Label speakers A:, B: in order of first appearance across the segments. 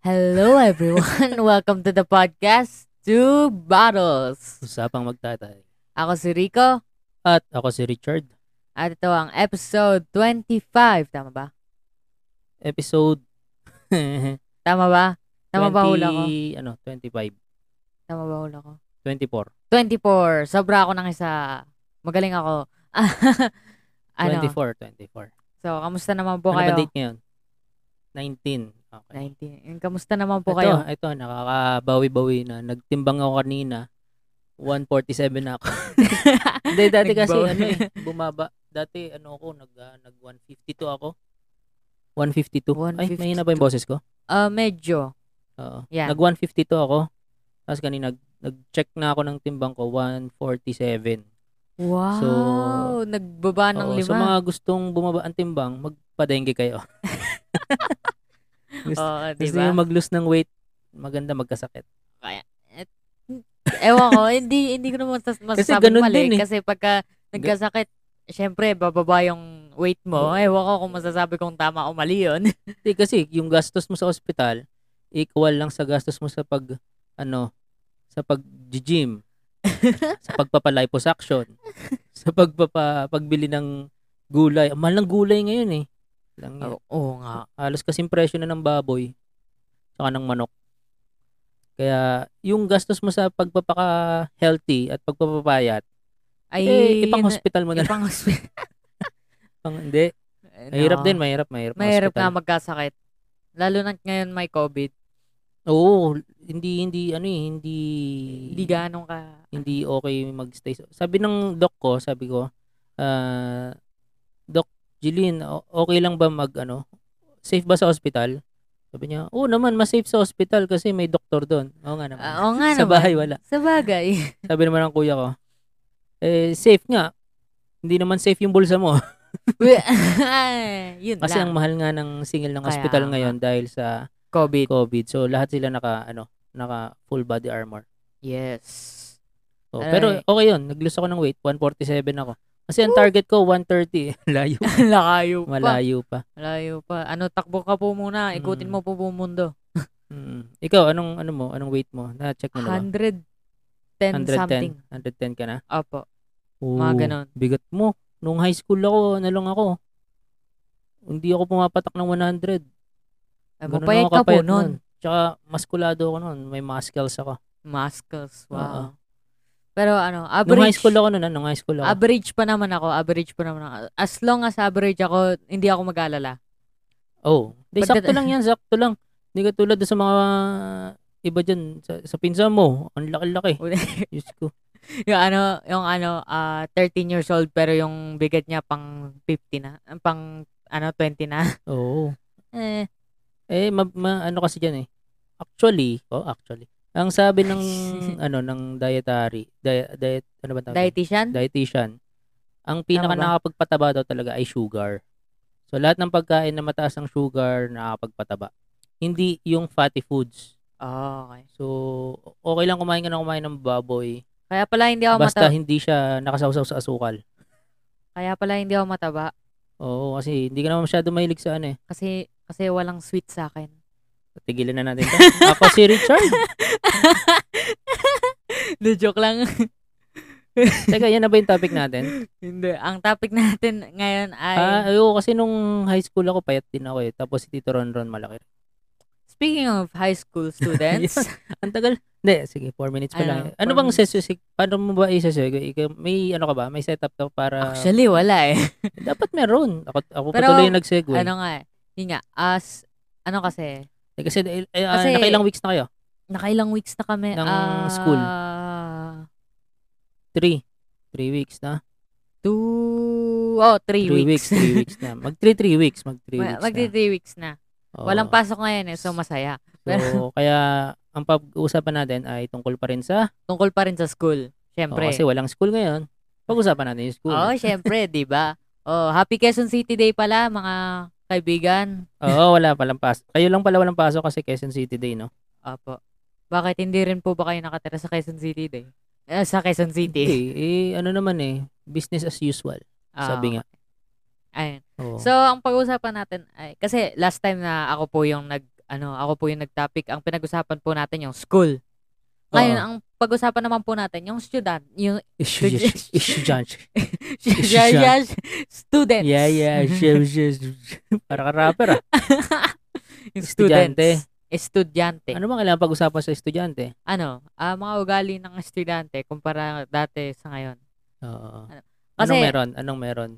A: Hello everyone! Welcome to the podcast, Two Bottles!
B: Usapang magtatay.
A: Ako si Rico,
B: At ako si Richard.
A: at ito ang episode 25. Tama ba?
B: Episode
A: Tama ba? Tama ba hula ko?
B: 20 Ano, 25.
A: Tama ba hula ko? 24.
B: 24.
A: Sobra ako ng isa. Magaling ako. ano?
B: 24, 24.
A: So, kamusta naman po
B: ano ba
A: kayo?
B: date ngayon? 19. Okay.
A: 19. Kamusta naman po
B: ito,
A: kayo?
B: ito, nakakabawi-bawi na. Nagtimbang ako kanina. 147 na ako. Hindi, dati kasi
A: Nagbawi.
B: ano eh, bumaba. Dati ano ako, nag, ah, nag 152 ako. 152. Ay, mahina ba yung
A: 152.
B: boses ko?
A: Ah, medyo.
B: Oo.
A: Yan.
B: Nag 152 ako. Tapos kanina, nag- nag-check na ako ng timbang ko, 147.
A: Wow!
B: So-
A: nagbaba ng
B: Oo,
A: lima.
B: Sa mga gustong bumaba ang timbang, magpadengge kayo. gusto,
A: Oo,
B: gusto
A: diba?
B: nyo mag-lose ng weight, maganda magkasakit.
A: Ewan ko, hindi hindi ko naman sas- masasabing
B: ganun
A: mali
B: din eh.
A: kasi pagka nagkasakit, syempre bababa yung weight mo.
B: Oo.
A: Ewan ko kung masasabi kong tama o mali yun.
B: Hindi kasi, yung gastos mo sa ospital, equal lang sa gastos mo sa pag, ano, sa pag-gym, sa pagpapaliposuction, sa pagpapa, pagbili ng gulay. Ang mahal ng gulay ngayon eh. Lang yun.
A: Oo nga.
B: Ah, Halos kasing presyo na ng baboy saka ng manok. Kaya yung gastos mo sa pagpapaka-healthy at pagpapapayat,
A: Ay,
B: eh, ipang-hospital mo na lang.
A: Ipang hospital.
B: Pang, hindi. Mahirap din, mahirap, mahirap. ang
A: Mahirap
B: hospital.
A: na magkasakit. Lalo na ngayon may COVID.
B: Oo, hindi, hindi, ano eh, hindi,
A: Hindi ganong ka.
B: hindi okay magstay. sa- Sabi ng doc ko, sabi ko, ah, Doc Jeline, o- okay lang ba mag, ano, safe ba sa hospital? Sabi niya, oo naman, mas safe sa hospital kasi may doktor doon. Oo nga naman.
A: Ah, oo nga
B: sa
A: naman.
B: bahay wala.
A: Sa bagay.
B: Sabi naman ng kuya ko, eh, safe nga. Hindi naman safe yung bulsa mo.
A: We- Ay, Yun
B: Kasi ang
A: lang.
B: mahal nga ng singil ng
A: Kaya
B: hospital
A: nga.
B: ngayon dahil sa
A: COVID.
B: COVID. So, lahat sila naka, ano, naka full body armor.
A: Yes.
B: So,
A: Aray.
B: pero okay yun. Nag-lose ako ng weight. 147 ako. Kasi ang target ko, 130. Layo.
A: Malayo pa.
B: Malayo pa.
A: Malayo pa. Ano, takbo ka po muna. Ikutin mo
B: Mm.
A: po po mundo.
B: Mm. Ikaw, anong, ano mo? Anong weight mo? Na-check mo na Ano ba?
A: 110 something.
B: 110. 110 ka na?
A: Opo.
B: Oo.
A: Mga ganon.
B: Bigat mo. Nung high school ako, ano lang ako. Hindi ako pumapatak ng 100.
A: Ay,
B: Ganun
A: mapayag
B: Ano ako
A: ka po
B: kapayat
A: nun.
B: Tsaka maskulado ako noon. May muscles ako.
A: Muscles. Wow.
B: Oo.
A: Pero ano, average.
B: Nung high school ako noon, ah, nung high school ako.
A: Average pa naman ako. Average pa naman ako. As long as average ako, hindi ako mag-alala.
B: oh, di,
A: Pagdada-
B: sakto lang yan, sakto lang. Hindi ka tulad sa mga iba dyan, sa, sa pinsan mo, ang laki-laki. Diyos ko.
A: yung ano, yung ano, ah, 13 years old pero yung bigat niya pang 50 na. ah, Pang ano, 20 na.
B: Oo.
A: eh,
B: Eh, ma, ma- ano kasi dyan eh. Actually, oh, actually. Ang sabi ng, ano, ng dietary, diet, diet ano ba tawag? doon?
A: dietitian?
B: dietitian, ang pinaka
A: ba?
B: nakakapagpataba daw talaga ay sugar. So lahat ng pagkain na mataas ang sugar nakakapagpataba. Hindi yung fatty foods.
A: Oh, okay.
B: So okay lang kumain ka na kumain ng baboy
A: Kaya pala hindi ako
B: basta
A: mataba.
B: hindi siya nakasawsaw sa asukal.
A: Kaya pala hindi ako mataba
B: Oo, kasi hindi ka naman masyado mahilig sa ano eh.
A: kasi kasi walang sweet sa akin.
B: Tigilan na natin 'to. Ako si Richard.
A: The joke lang.
B: Teka, yan na ba yung topic natin?
A: Hindi. Ang topic natin ngayon ay...
B: Ah, ayo kasi nung high school ako payat din ako eh. Tapos si Tito Ronron malaki.
A: Speaking of high school students,
B: Ang tagal. Hindi, sige, 4 minutes pa
A: Ano,
B: lang.
A: four
B: Ano bang
A: minutes.
B: sesyo? Paano mo ba isesyo? Ikaw- May ano ka ba? May setup ka para...
A: actually wala eh.
B: Dapat meron. Ako, ako
A: Pero,
B: patuloy yung nag-segue.
A: ano nga eh. Yun nga, as, ano kasi,
B: Eh, kasi, eh, eh, ah,
A: Kasi-
B: nakailang weeks na kayo?
A: nakailang weeks na kami.
B: Ng
A: ah,
B: school. Three. Three weeks na?
A: Two, oh, three,
B: Three weeks.
A: weeks.
B: Three weeks na. Mag three, three weeks. Mag three
A: Ma-
B: weeks
A: Magti
B: na. Oh.
A: three weeks na.
B: Oo.
A: Walang pasok ngayon eh, so masaya.
B: So, kaya ang pag-uusapan natin ay tungkol pa rin sa...
A: Tungkol pa rin sa school,
B: Oo,
A: syempre.
B: Oh, kasi walang school ngayon. Pag-usapan natin yung school.
A: oh, syempre, di ba? Oh, Happy Quezon City Day pala, mga kaibigan.
B: Oo, wala palang pasok. Kayo lang pala walang pasok kasi Quezon City Day, no?
A: Apo. Bakit hindi rin po ba kayo nakatira sa Quezon City Day? Eh, sa Quezon City.
B: Eh, eh, ano naman eh, business as usual.
A: Ah,
B: Sabi nga.
A: Ayun.
B: Oo.
A: So, ang pag-uusapan natin ay, kasi last time na ako po yung nag, ano, ako po yung nag-topic, ang pinag-usapan po natin yung school. Ngayon,
B: Oo.
A: ang pag-usapan naman po natin yung student, yung
B: Issue,
A: Student.
B: issue, issue, judge.
A: yeah, yeah, students.
B: Yeah, yeah.
A: Mm-hmm.
B: Issue, issue, Para ka rapper ah.
A: Yung
B: Estudyante.
A: students. Estudyante. Ano?
B: Ano bang kailangan pag-usapan sa estudyante?
A: ah, mga ugali ng estudyante kumpara dati sa ngayon.
B: Oo.
A: Ano? Kasi-
B: Anong meron? Anong meron?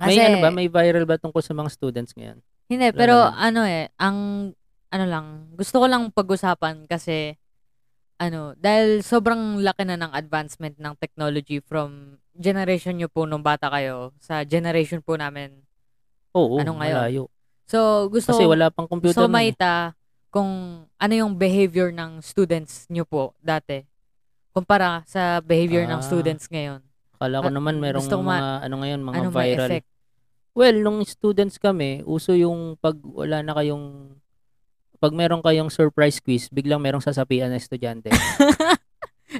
A: Kasi,
B: may ano ba? May viral ba tungkol sa mga students ngayon?
A: Hindi,
B: Wala
A: pero
B: naman.
A: ano eh, ang, ano lang, gusto ko lang pag-usapan kasi, ano, dahil sobrang laki na ng advancement ng technology from generation nyo po nung bata kayo sa generation po namin.
B: Oo,
A: Ano ngayon?
B: malayo.
A: So, gusto
B: Kasi
A: ko-
B: wala pang computer.
A: gusto ko
B: nun eh.
A: maita kung ano yung behavior ng students nyo po dati kumpara sa behavior ng
B: Ah.
A: students ngayon.
B: Akala ko
A: Ah,
B: naman merong
A: gusto ko ma-
B: mga, ano ngayon, mga
A: ano may
B: viral.
A: effect?
B: Well, nung students kami, uso yung pag wala na kayong pag meron kayong surprise quiz, biglang merong sasapian na estudyante.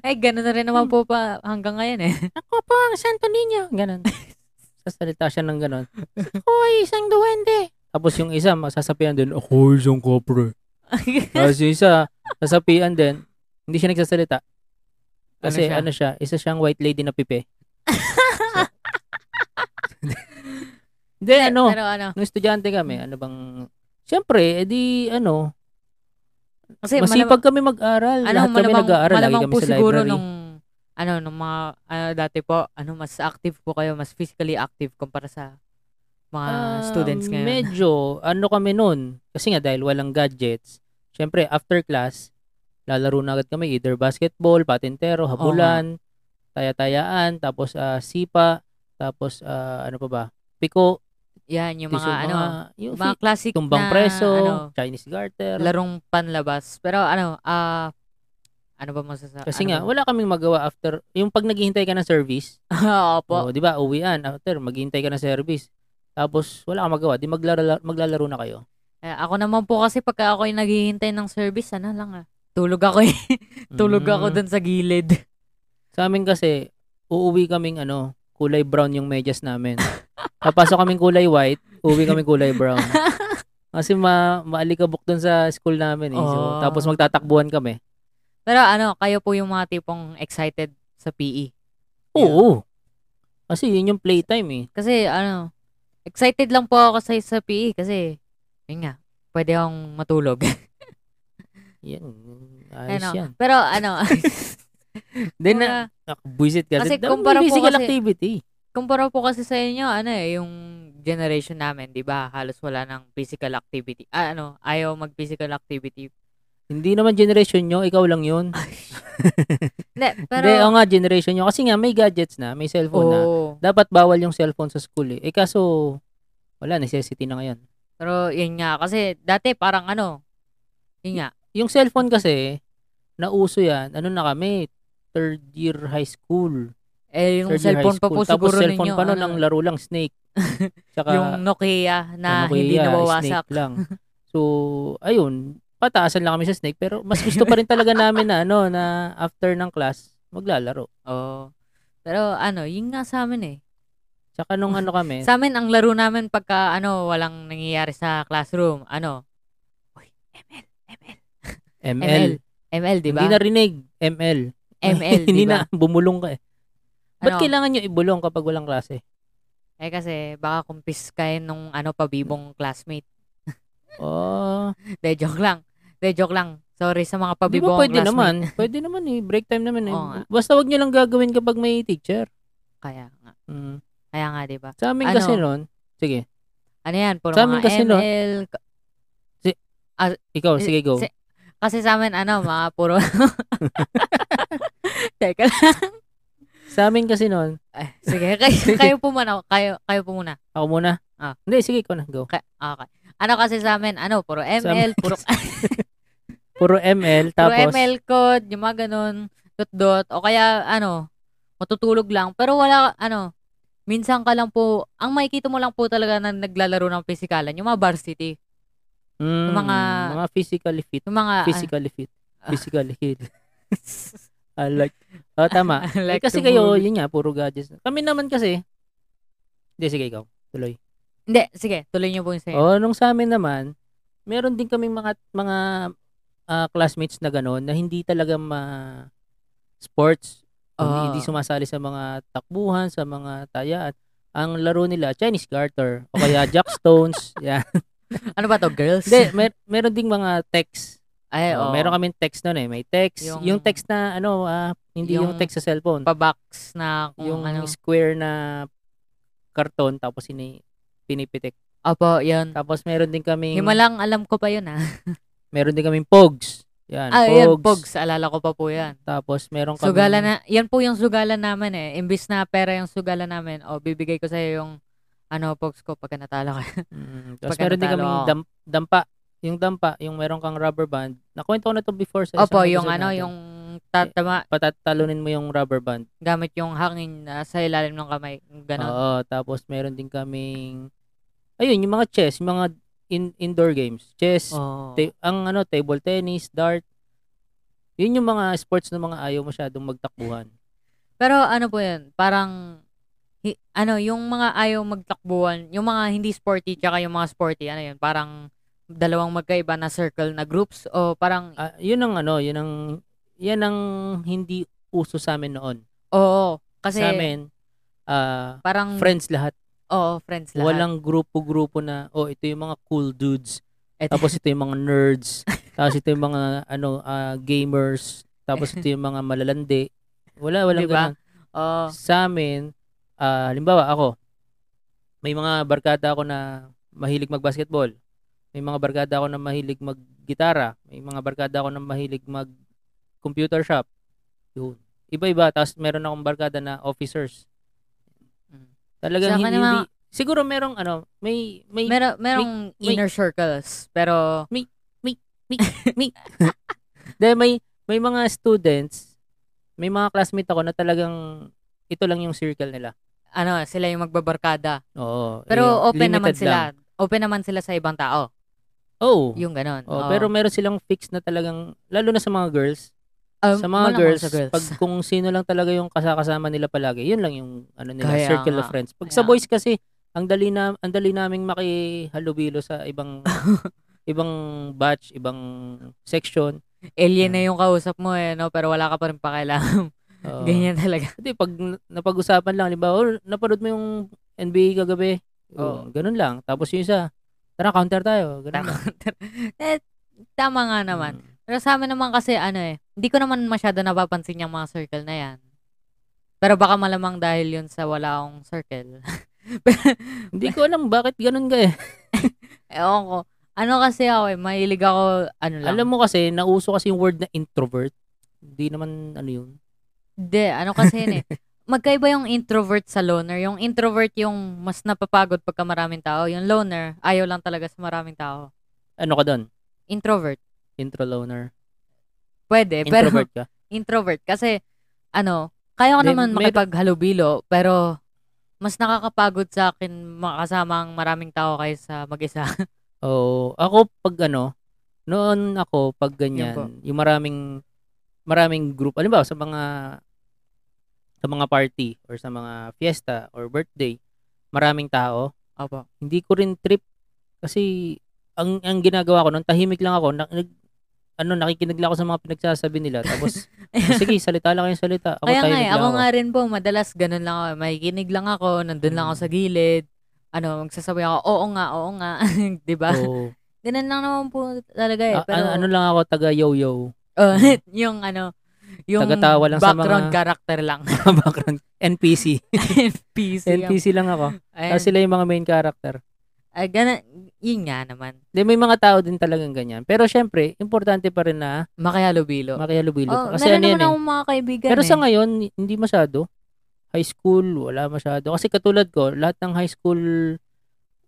A: Ay, gano'n Eh, na rin
B: Hmm.
A: naman po pa hanggang ngayon eh.
B: Ako po ang santo ninyo. Ganon. Sasalita siya ng ganon. Ako ay isang duwende. Tapos yung isa, masasapian din, ako ay isang kapre. Tapos yung isa, sasapian din, hindi siya nagsasalita. Kasi
A: Ano
B: ano siya, isa siyang white lady na pipe. So- Hindi, ano,
A: Pero ano,
B: nung estudyante kami, ano bang, siyempre, edi, ano,
A: kasi
B: masipag kami mag-aral.
A: malamang,
B: Lahat
A: ano,
B: kami
A: malamang,
B: nag-aaral. Lagi
A: malamang
B: kami
A: po
B: sa
A: siguro
B: library.
A: nung ano, nung mga, ano, dati po, ano, mas active po kayo, mas physically active kumpara sa mga
B: Ah,
A: students ngayon.
B: Medyo, ano kami nun, kasi nga dahil walang gadgets, syempre after class, lalaro na agad kami either basketball, patintero, habulan, taya-tayaan, tapos ah, sipa, tapos ah, ano pa ba, piko,
A: Yan, yung
B: tis-
A: mga,
B: yung
A: ano,
B: yung
A: mga
B: fi-
A: classic
B: tumbang
A: na,
B: preso,
A: ano,
B: Chinese garter.
A: larong panlabas. Pero ano, ah ano ba masasabi?
B: kasi nga, wala kaming magawa after, yung pag naghihintay ka ng service,
A: Oo po.
B: oh, di ba, uwian, after, maghihintay ka ng service, tapos wala kang magawa, di maglalaro, maglalaro na kayo.
A: Eh, ako naman po kasi pagka ako yung naghihintay ng service, ano lang ah. Tulog ako eh. Tulog ako
B: Mm.
A: dun sa gilid.
B: Sa amin kasi, uuwi kaming ano, kulay brown yung medyas namin. Papasok kaming kulay white, uuwi kaming kulay brown. Kasi ma maalikabok dun sa school namin eh. So,
A: Oh.
B: tapos magtatakbuhan kami.
A: Pero ano, kayo po yung mga tipong excited sa E? PE.
B: Oo. Kasi yun yung playtime eh.
A: Kasi ano, excited lang po ako sa, sa PE kasi, yun nga, pwede akong matulog.
B: Yan. Ayos
A: Ano,
B: yan.
A: Pero ano,
B: Then,
A: mga-
B: na, nakabwisit ka.
A: Kasi
B: Then, um,
A: kumpara po
B: physical
A: kasi-
B: activity.
A: kumpara po kasi sa inyo, ano eh, yung generation namin, di ba, halos wala ng physical activity. Ah, ano, ayaw mag-physical activity.
B: Hindi naman generation nyo, ikaw lang yun.
A: Hindi, pero,
B: Hindi, oo nga, generation nyo. Kasi nga, may gadgets na, may cellphone na.
A: Oo.
B: Dapat bawal yung cellphone sa school eh. Eh kaso, wala, necessity na ngayon.
A: pero yun nga, kasi dati parang ano, yun nga,
B: Yung cellphone kasi, nauso yan. Ano na kami? Third year high school.
A: eh, yung
B: Third year
A: cellphone
B: high
A: pa po
B: school. Tapos
A: siguro
B: cellphone
A: ninyo,
B: pa nun,
A: ano,
B: ang laro lang, snake. Tsaka,
A: yung Nokia na
B: ano, kuya,
A: hindi nawawasak.
B: snake lang. So, ayun, pataasan lang kami sa snake. Pero mas gusto pa rin talaga namin na, ano, na after ng class, maglalaro.
A: Oo. Pero ano, yun nga sa amin eh.
B: Tsaka nung ano kami,
A: Sa amin, ang laro namin pagka ano, walang nangyayari sa classroom, ano, Uy, ML, ML. ML,
B: ML.
A: ML, di ba?
B: Hindi narinig, ML.
A: ML, di
B: Hindi
A: ba?
B: na, bumulong ka eh. Ba't
A: Ano?
B: kailangan nyo ibulong kapag walang klase?
A: Eh kasi baka kumpis kayo nung ano pabibong classmate.
B: Oh,
A: De joke lang. De joke lang. Sorry sa mga
B: Di ba
A: pabibong
B: pwede
A: classmate.
B: naman? Pwede naman eh. Break time naman eh.
A: Oo nga.
B: Basta wag nyo lang gagawin kapag may teacher.
A: Kaya nga.
B: Mm.
A: Kaya nga, di ba?
B: Sa amin
A: Ano?
B: kasi noon, sige,
A: Ano yan? Puro
B: Sa
A: mga
B: amin kasi no-
A: ML.
B: ikaw,
A: Eh,
B: sige go.
A: si- Kasi sa amin, ano, mga puro... Teka lang.
B: Sa amin kasi noon,
A: Ay, sige, kayo, kayo po muna. Kayo, kayo po muna.
B: ako muna.
A: Ah.
B: Hindi, sige, ikaw na, go.
A: Ka- okay. Ano kasi sa amin, ano, puro ML,
B: amin
A: puro,
B: Puro ML,
A: puro
B: tapos,
A: ML code, yung mga ganun, dot dot, o kaya, ano, matutulog lang. Pero wala, ano, minsan ka lang po, ang makikita mo lang po talaga na naglalaro ng pisikalan, yung mga varsity,
B: mm,
A: yung
B: mga,
A: mga-
B: physically fit.
A: yung mga, ah,
B: Physically fit. Physically fit. I like, oh, tama.
A: I like
B: Eh, kasi
A: to
B: kayo,
A: move.
B: yun nga, puro gadgets. Kami naman kasi, hindi, sige, ikaw. Tuloy.
A: Hindi, sige, tuloy niyo po yung sa'yo.
B: Oh, nung sa amin naman, meron din kaming mga mga ah, classmates na gano'n na hindi talaga ma sports, hindi,
A: Ah.
B: hindi sumasali sa mga takbuhan, sa mga tayaan. Ang laro nila, Chinese garter o kaya jackstones. yeah.
A: Ano ba to, girls?
B: Hindi, mer- meron ding mga text.
A: Ay,
B: Oh,
A: oh,
B: meron kaming text noon eh. May text.
A: Yung-
B: Yung, text na ano, ah, hindi
A: yung
B: yung, text sa cellphone.
A: pa-box na kung
B: yung
A: ano.
B: square na karton tapos ini pinipitik.
A: Opo, yun.
B: Tapos meron din kaming
A: Himalang alam ko pa yun, ah.
B: meron din kaming pogs. Yan,
A: Ah,
B: pogs.
A: yan, pogs. Alala ko pa po yan.
B: Tapos meron kami
A: Sugala na, yan po yung sugala namin eh. Imbis na pera yung sugala namin, o bibigay ko sa'yo yung ano, pogs ko pagka natalo ka.
B: Mm, tapos
A: Pagka
B: meron din
A: natalo
B: kaming
A: ako.
B: dam- dampa. Yung dampa, yung meron kang rubber band. Nakwento ko na to before sa isang
A: Opo, yung
B: episode
A: ano,
B: natin.
A: yung tatama,
B: patatalunin mo yung rubber band.
A: gamit yung hangin ah, sa ilalim ng kamay. Ganon.
B: Oo, tapos meron din kaming ayun, yung mga chess, yung mga in- indoor games. Chess,
A: Oo.
B: ta- ang ano, table tennis, dart. Yun yung mga sports na mga ayaw masyadong magtakbuhan.
A: Pero ano po yun, parang, hi- ano, yung mga ayaw magtakbuhan, yung mga hindi sporty, tsaka yung mga sporty, ano yun, parang dalawang magkaiba na circle na groups, o parang,
B: Ah, yun ang ano, yun ang yan ang hindi uso sa amin noon.
A: oo, kasi
B: sa amin ah,
A: parang,
B: friends lahat.
A: oo, friends Mm. lahat.
B: Walang grupo-grupo na oh, ito yung mga cool dudes.
A: Eto-
B: Tapos ito yung mga nerds. tapos ito yung mga ano ah, gamers. Tapos ito yung mga malalandi. Wala, walang
A: Diba?
B: ganun.
A: Oo.
B: sa amin, ah, halimbawa ako, may mga barkada ako na mahilig mag-basketball. May mga barkada ako na mahilig mag-gitara. May mga barkada ako na mahilig mag-computer shop. Yun. Iba-iba. Tapos meron akong barkada na officers.
A: Mm. Sa
B: Talagang
A: akin
B: hindi,
A: naman-
B: hindi- Siguro merong ano, may, may,
A: Mer- merong
B: may-
A: inner circles, pero,
B: dahil may, may mga students, may mga classmate ako na talagang ito lang yung circle nila.
A: ano, sila yung magbabarkada.
B: Oo.
A: Pero
B: eh,
A: open naman
B: limited
A: sila.
B: lang.
A: Open naman sila sa ibang tao.
B: Oo.
A: Yung ganon.
B: Oh,
A: oo.
B: pero meron silang fix na talagang lalo na sa mga girls,
A: Um,
B: sa
A: wala
B: mga
A: nga
B: girls,
A: sa girls.
B: pag kung sino lang talaga yung kasakasama nila palagi, yun lang yung ano nila,
A: Kaya
B: circle
A: nga.
B: of friends. Pag
A: Kaya
B: sa
A: nga.
B: boys kasi, ang dali na ang dali naming makihalubilo sa ibang ibang batch, ibang section.
A: Alien na yung kausap mo eh, no? Pero wala ka pa rin pakialam.
B: Oo.
A: Ganyan talaga.
B: Hindi, pag n- napag-usapan lang, halimbawa, oh, napanood mo yung NBA kagabi.
A: Oo.
B: Oh, ganun lang. Tapos yung isa, tara counter tayo. Ganun lang.
A: eh, tama nga naman.
B: Mm.
A: Pero sa amin naman kasi ano eh, hindi ko naman masyado napapansin yung mga circle na yan. Pero baka malamang dahil yun sa wala akong circle.
B: Hindi ko alam bakit ganun ka eh.
A: Ewan ko. Ano kasi ako eh, mahilig ako, ano lang.
B: Alam mo kasi, nauso kasi yung word na introvert. Hindi naman ano yun.
A: Hindi, ano kasi yun eh. Magkaiba yung introvert sa loner. Yung introvert yung mas napapagod pagka maraming tao. Yung loner, ayaw lang talaga sa maraming tao.
B: Ano ka doon?
A: Introvert.
B: Intro loner.
A: Pwede, Eh, pero
B: Introvert ka?
A: introvert. Kasi, ano, kaya ko
B: Hindi,
A: naman
B: meron-
A: makipaghalubilo, pero mas nakakapagod sa akin makasama ang maraming tao kaysa mag-isa.
B: Oo. Ako pag ano, noon ako pag ganyan,
A: po.
B: yung maraming maraming group, alam ba, sa mga sa mga party or sa mga fiesta or birthday, maraming tao,
A: Opo.
B: hindi ko rin trip kasi ang ang ginagawa ko noon, tahimik lang ako, na, nag, ano, nakikinig lang ako sa mga pinagsasabi nila. Tapos, sige, salita lang kayo salita. Ako
A: kaya nga
B: tahimik
A: eh,
B: lang
A: ako nga rin po, madalas ganun lang ako. Makikinig lang ako, nandun lang
B: Mm.
A: ako sa gilid. Ano, magsasabi ako, oo nga, oo nga. di ba?
B: Oo.
A: Ganun lang naman po talaga eh.
B: A-
A: Pero,
B: ano, ano lang ako taga yo-yo
A: Oh, yung ano, yung
B: Hmm. Tagatawa lang sa
A: background
B: mga-
A: character lang.
B: background NPC
A: NPC. ang-
B: NPC lang ako
A: Ayun.
B: tapos sila yung mga main character
A: Ah, gana, yun nga naman.
B: Di, may mga tao din talagang ganyan pero syempre importante pa rin na
A: Makihalubilo.
B: makihalubilo
A: Oh,
B: ka. kasi
A: meron
B: ano yan
A: naman
B: eh.
A: akong mga kaibigan
B: pero sa
A: eh.
B: ngayon hindi masyado high school wala masyado kasi katulad ko lahat ng high school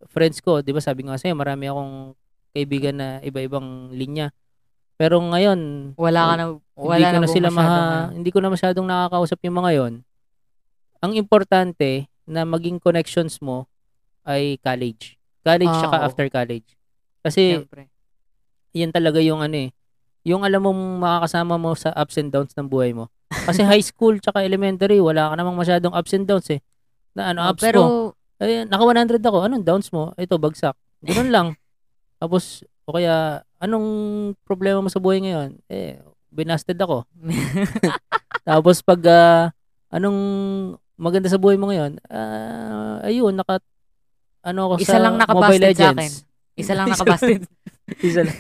B: friends ko di ba sabi nga sa'yo marami akong kaibigan na iba-ibang linya pero ngayon
A: Wala ka na, wala
B: hindi
A: na,
B: ko na,
A: po
B: sila
A: masyadong
B: maha-
A: ano.
B: hindi ko na masyadong nakakausap yung mga yon. Ang importante na maging connections mo ay college. College
A: Ah,
B: saka
A: oo.
B: after college. Kasi
A: Siyempre.
B: yan talaga yung ano eh, yung alam mong makakasama mo sa ups and downs ng buhay mo. Kasi high school tsaka elementary, wala ka namang masyadong ups and downs eh. Na ano,
A: Oh,
B: ups
A: pero,
B: ko, eh, naka 100 ako. Anong downs mo? Ito, bagsak. Ganun lang. Tapos, o kaya, anong problema mo sa buhay ngayon? Eh, binasted ako. Tapos pag ah, anong maganda sa buhay mo ngayon? Ah, ayun, naka ano ako
A: Isa
B: sa
A: lang
B: Mobile
A: nakabasted
B: Legends.
A: sa akin. Isa lang nakabasted.
B: Isa lang.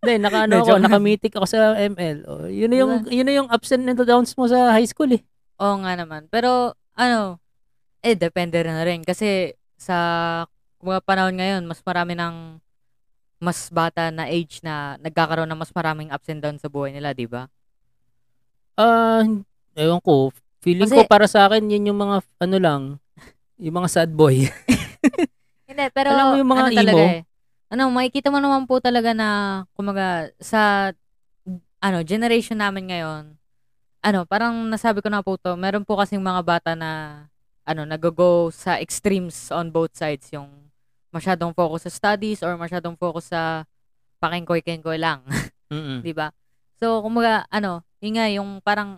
B: Hindi, naka ano
A: Hindi,
B: ako,
A: joke.
B: naka-mythic ako sa ML. Oh, yun na yung yun na yung ups and downs mo sa high school eh.
A: Oo nga naman. Pero, ano, eh, depende rin na rin. Kasi, sa mga panahon ngayon, mas marami ng mas bata na age na nagkakaroon ng mas maraming ups and downs sa buhay nila, di ba?
B: Ah, ewan ko, feeling
A: Kasi-
B: ko para sa akin yun yung mga ano lang, yung mga sad boy.
A: Hindi, pero
B: Alam mo yung mga
A: ano talaga
B: emo?
A: eh. Ano, makikita mo naman po talaga na, kumaga, sa, ano, generation namin ngayon, ano, parang nasabi ko na po to, meron po kasing mga bata na, ano, nag-go sa extremes on both sides, yung masyadong focus sa studies or masyadong focus sa pakingkoy-kengkoy lang,
B: Mm-mm.
A: di ba? So, kumaga, ano, yun nga, yung parang,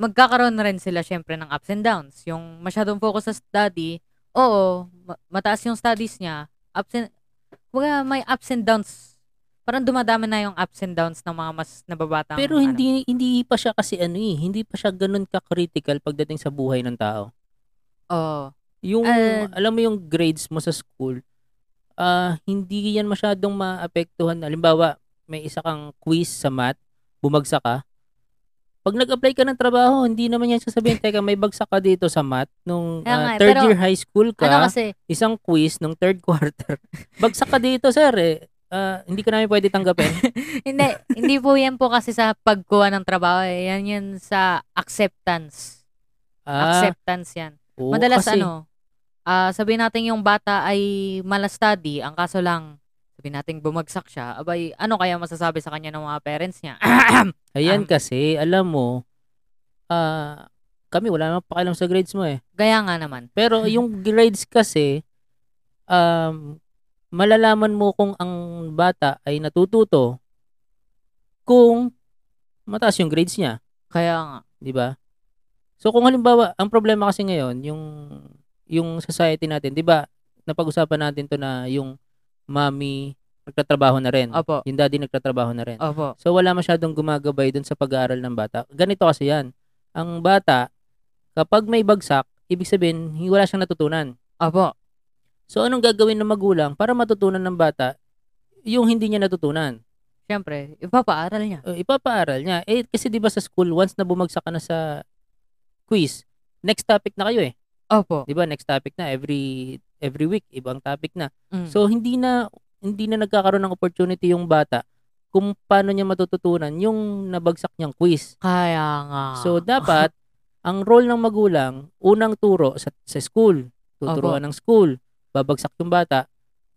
A: magkakaroon na rin sila syempre ng ups and downs. Yung masyadong focus sa study, oo, ma- mataas yung studies niya, ups and, kumbaga, may ups and downs. Parang dumadami na yung ups and downs ng mga mas nababatang.
B: Pero
A: ano.
B: hindi hindi pa siya kasi ano eh, hindi pa siya ganun ka-critical pagdating sa buhay ng tao.
A: Oo.
B: Yung
A: Ah.
B: alam mo yung grades mo sa school, ah hindi yan masyadong maapektuhan. Halimbawa, may isa kang quiz sa math, bumagsak ka. Pag nag-apply ka ng trabaho, hindi naman yan sasabihin, teka, may bagsak ka dito sa math nung
A: Kaya
B: ah,
A: nga eh,
B: third
A: pero
B: year high school ka,
A: Ano kasi,
B: isang quiz nung third quarter. bagsak ka dito, sir eh. Ah, hindi ka namin pwede tanggapin.
A: hindi, hindi po yan po kasi sa pagkuha ng trabaho. eh. Yan yun sa acceptance.
B: Ah,
A: Acceptance yan.
B: oo,
A: Madalas
B: kasi-
A: ano, ah sabihin natin yung bata ay malastadi, ang kaso lang, sabihin natin bumagsak siya, abay, ano kaya masasabi sa kanya ng mga parents niya? Um,
B: Ayan kasi, alam mo, ah kami wala namang pakialam sa grades mo eh.
A: Gaya nga naman.
B: Pero yung grades kasi, um, malalaman mo kung ang bata ay natututo kung mataas yung grades niya,
A: Kaya nga.
B: di ba? So kung halimbawa, ang problema kasi ngayon, yung yung society natin, di ba? Napag-usapan natin to na yung mommy nagtatrabaho na rin.
A: Opo.
B: Yung daddy nagtatrabaho na rin.
A: Opo.
B: So wala masyadong gumagabay dun sa pag-aaral ng bata. Ganito kasi 'yan. Ang bata kapag may bagsak, ibig sabihin hi- wala siyang natutunan.
A: Opo.
B: So anong gagawin ng magulang para matutunan ng bata yung hindi niya natutunan?
A: Siyempre, ipapaaral niya.
B: O, Ipapaaral niya. Eh kasi 'di ba sa school once na bumagsak ka na sa quiz, next topic na kayo eh.
A: Opo.
B: 'Di ba? Next topic na every every week ibang topic na.
A: Mm.
B: So hindi na hindi na nagkakaroon ng opportunity yung bata kung paano niya matututunan yung nabagsak niyang quiz.
A: Kaya nga.
B: So dapat ang role ng magulang, unang turo sa, sa school, tuturuan ng school, babagsak yung bata,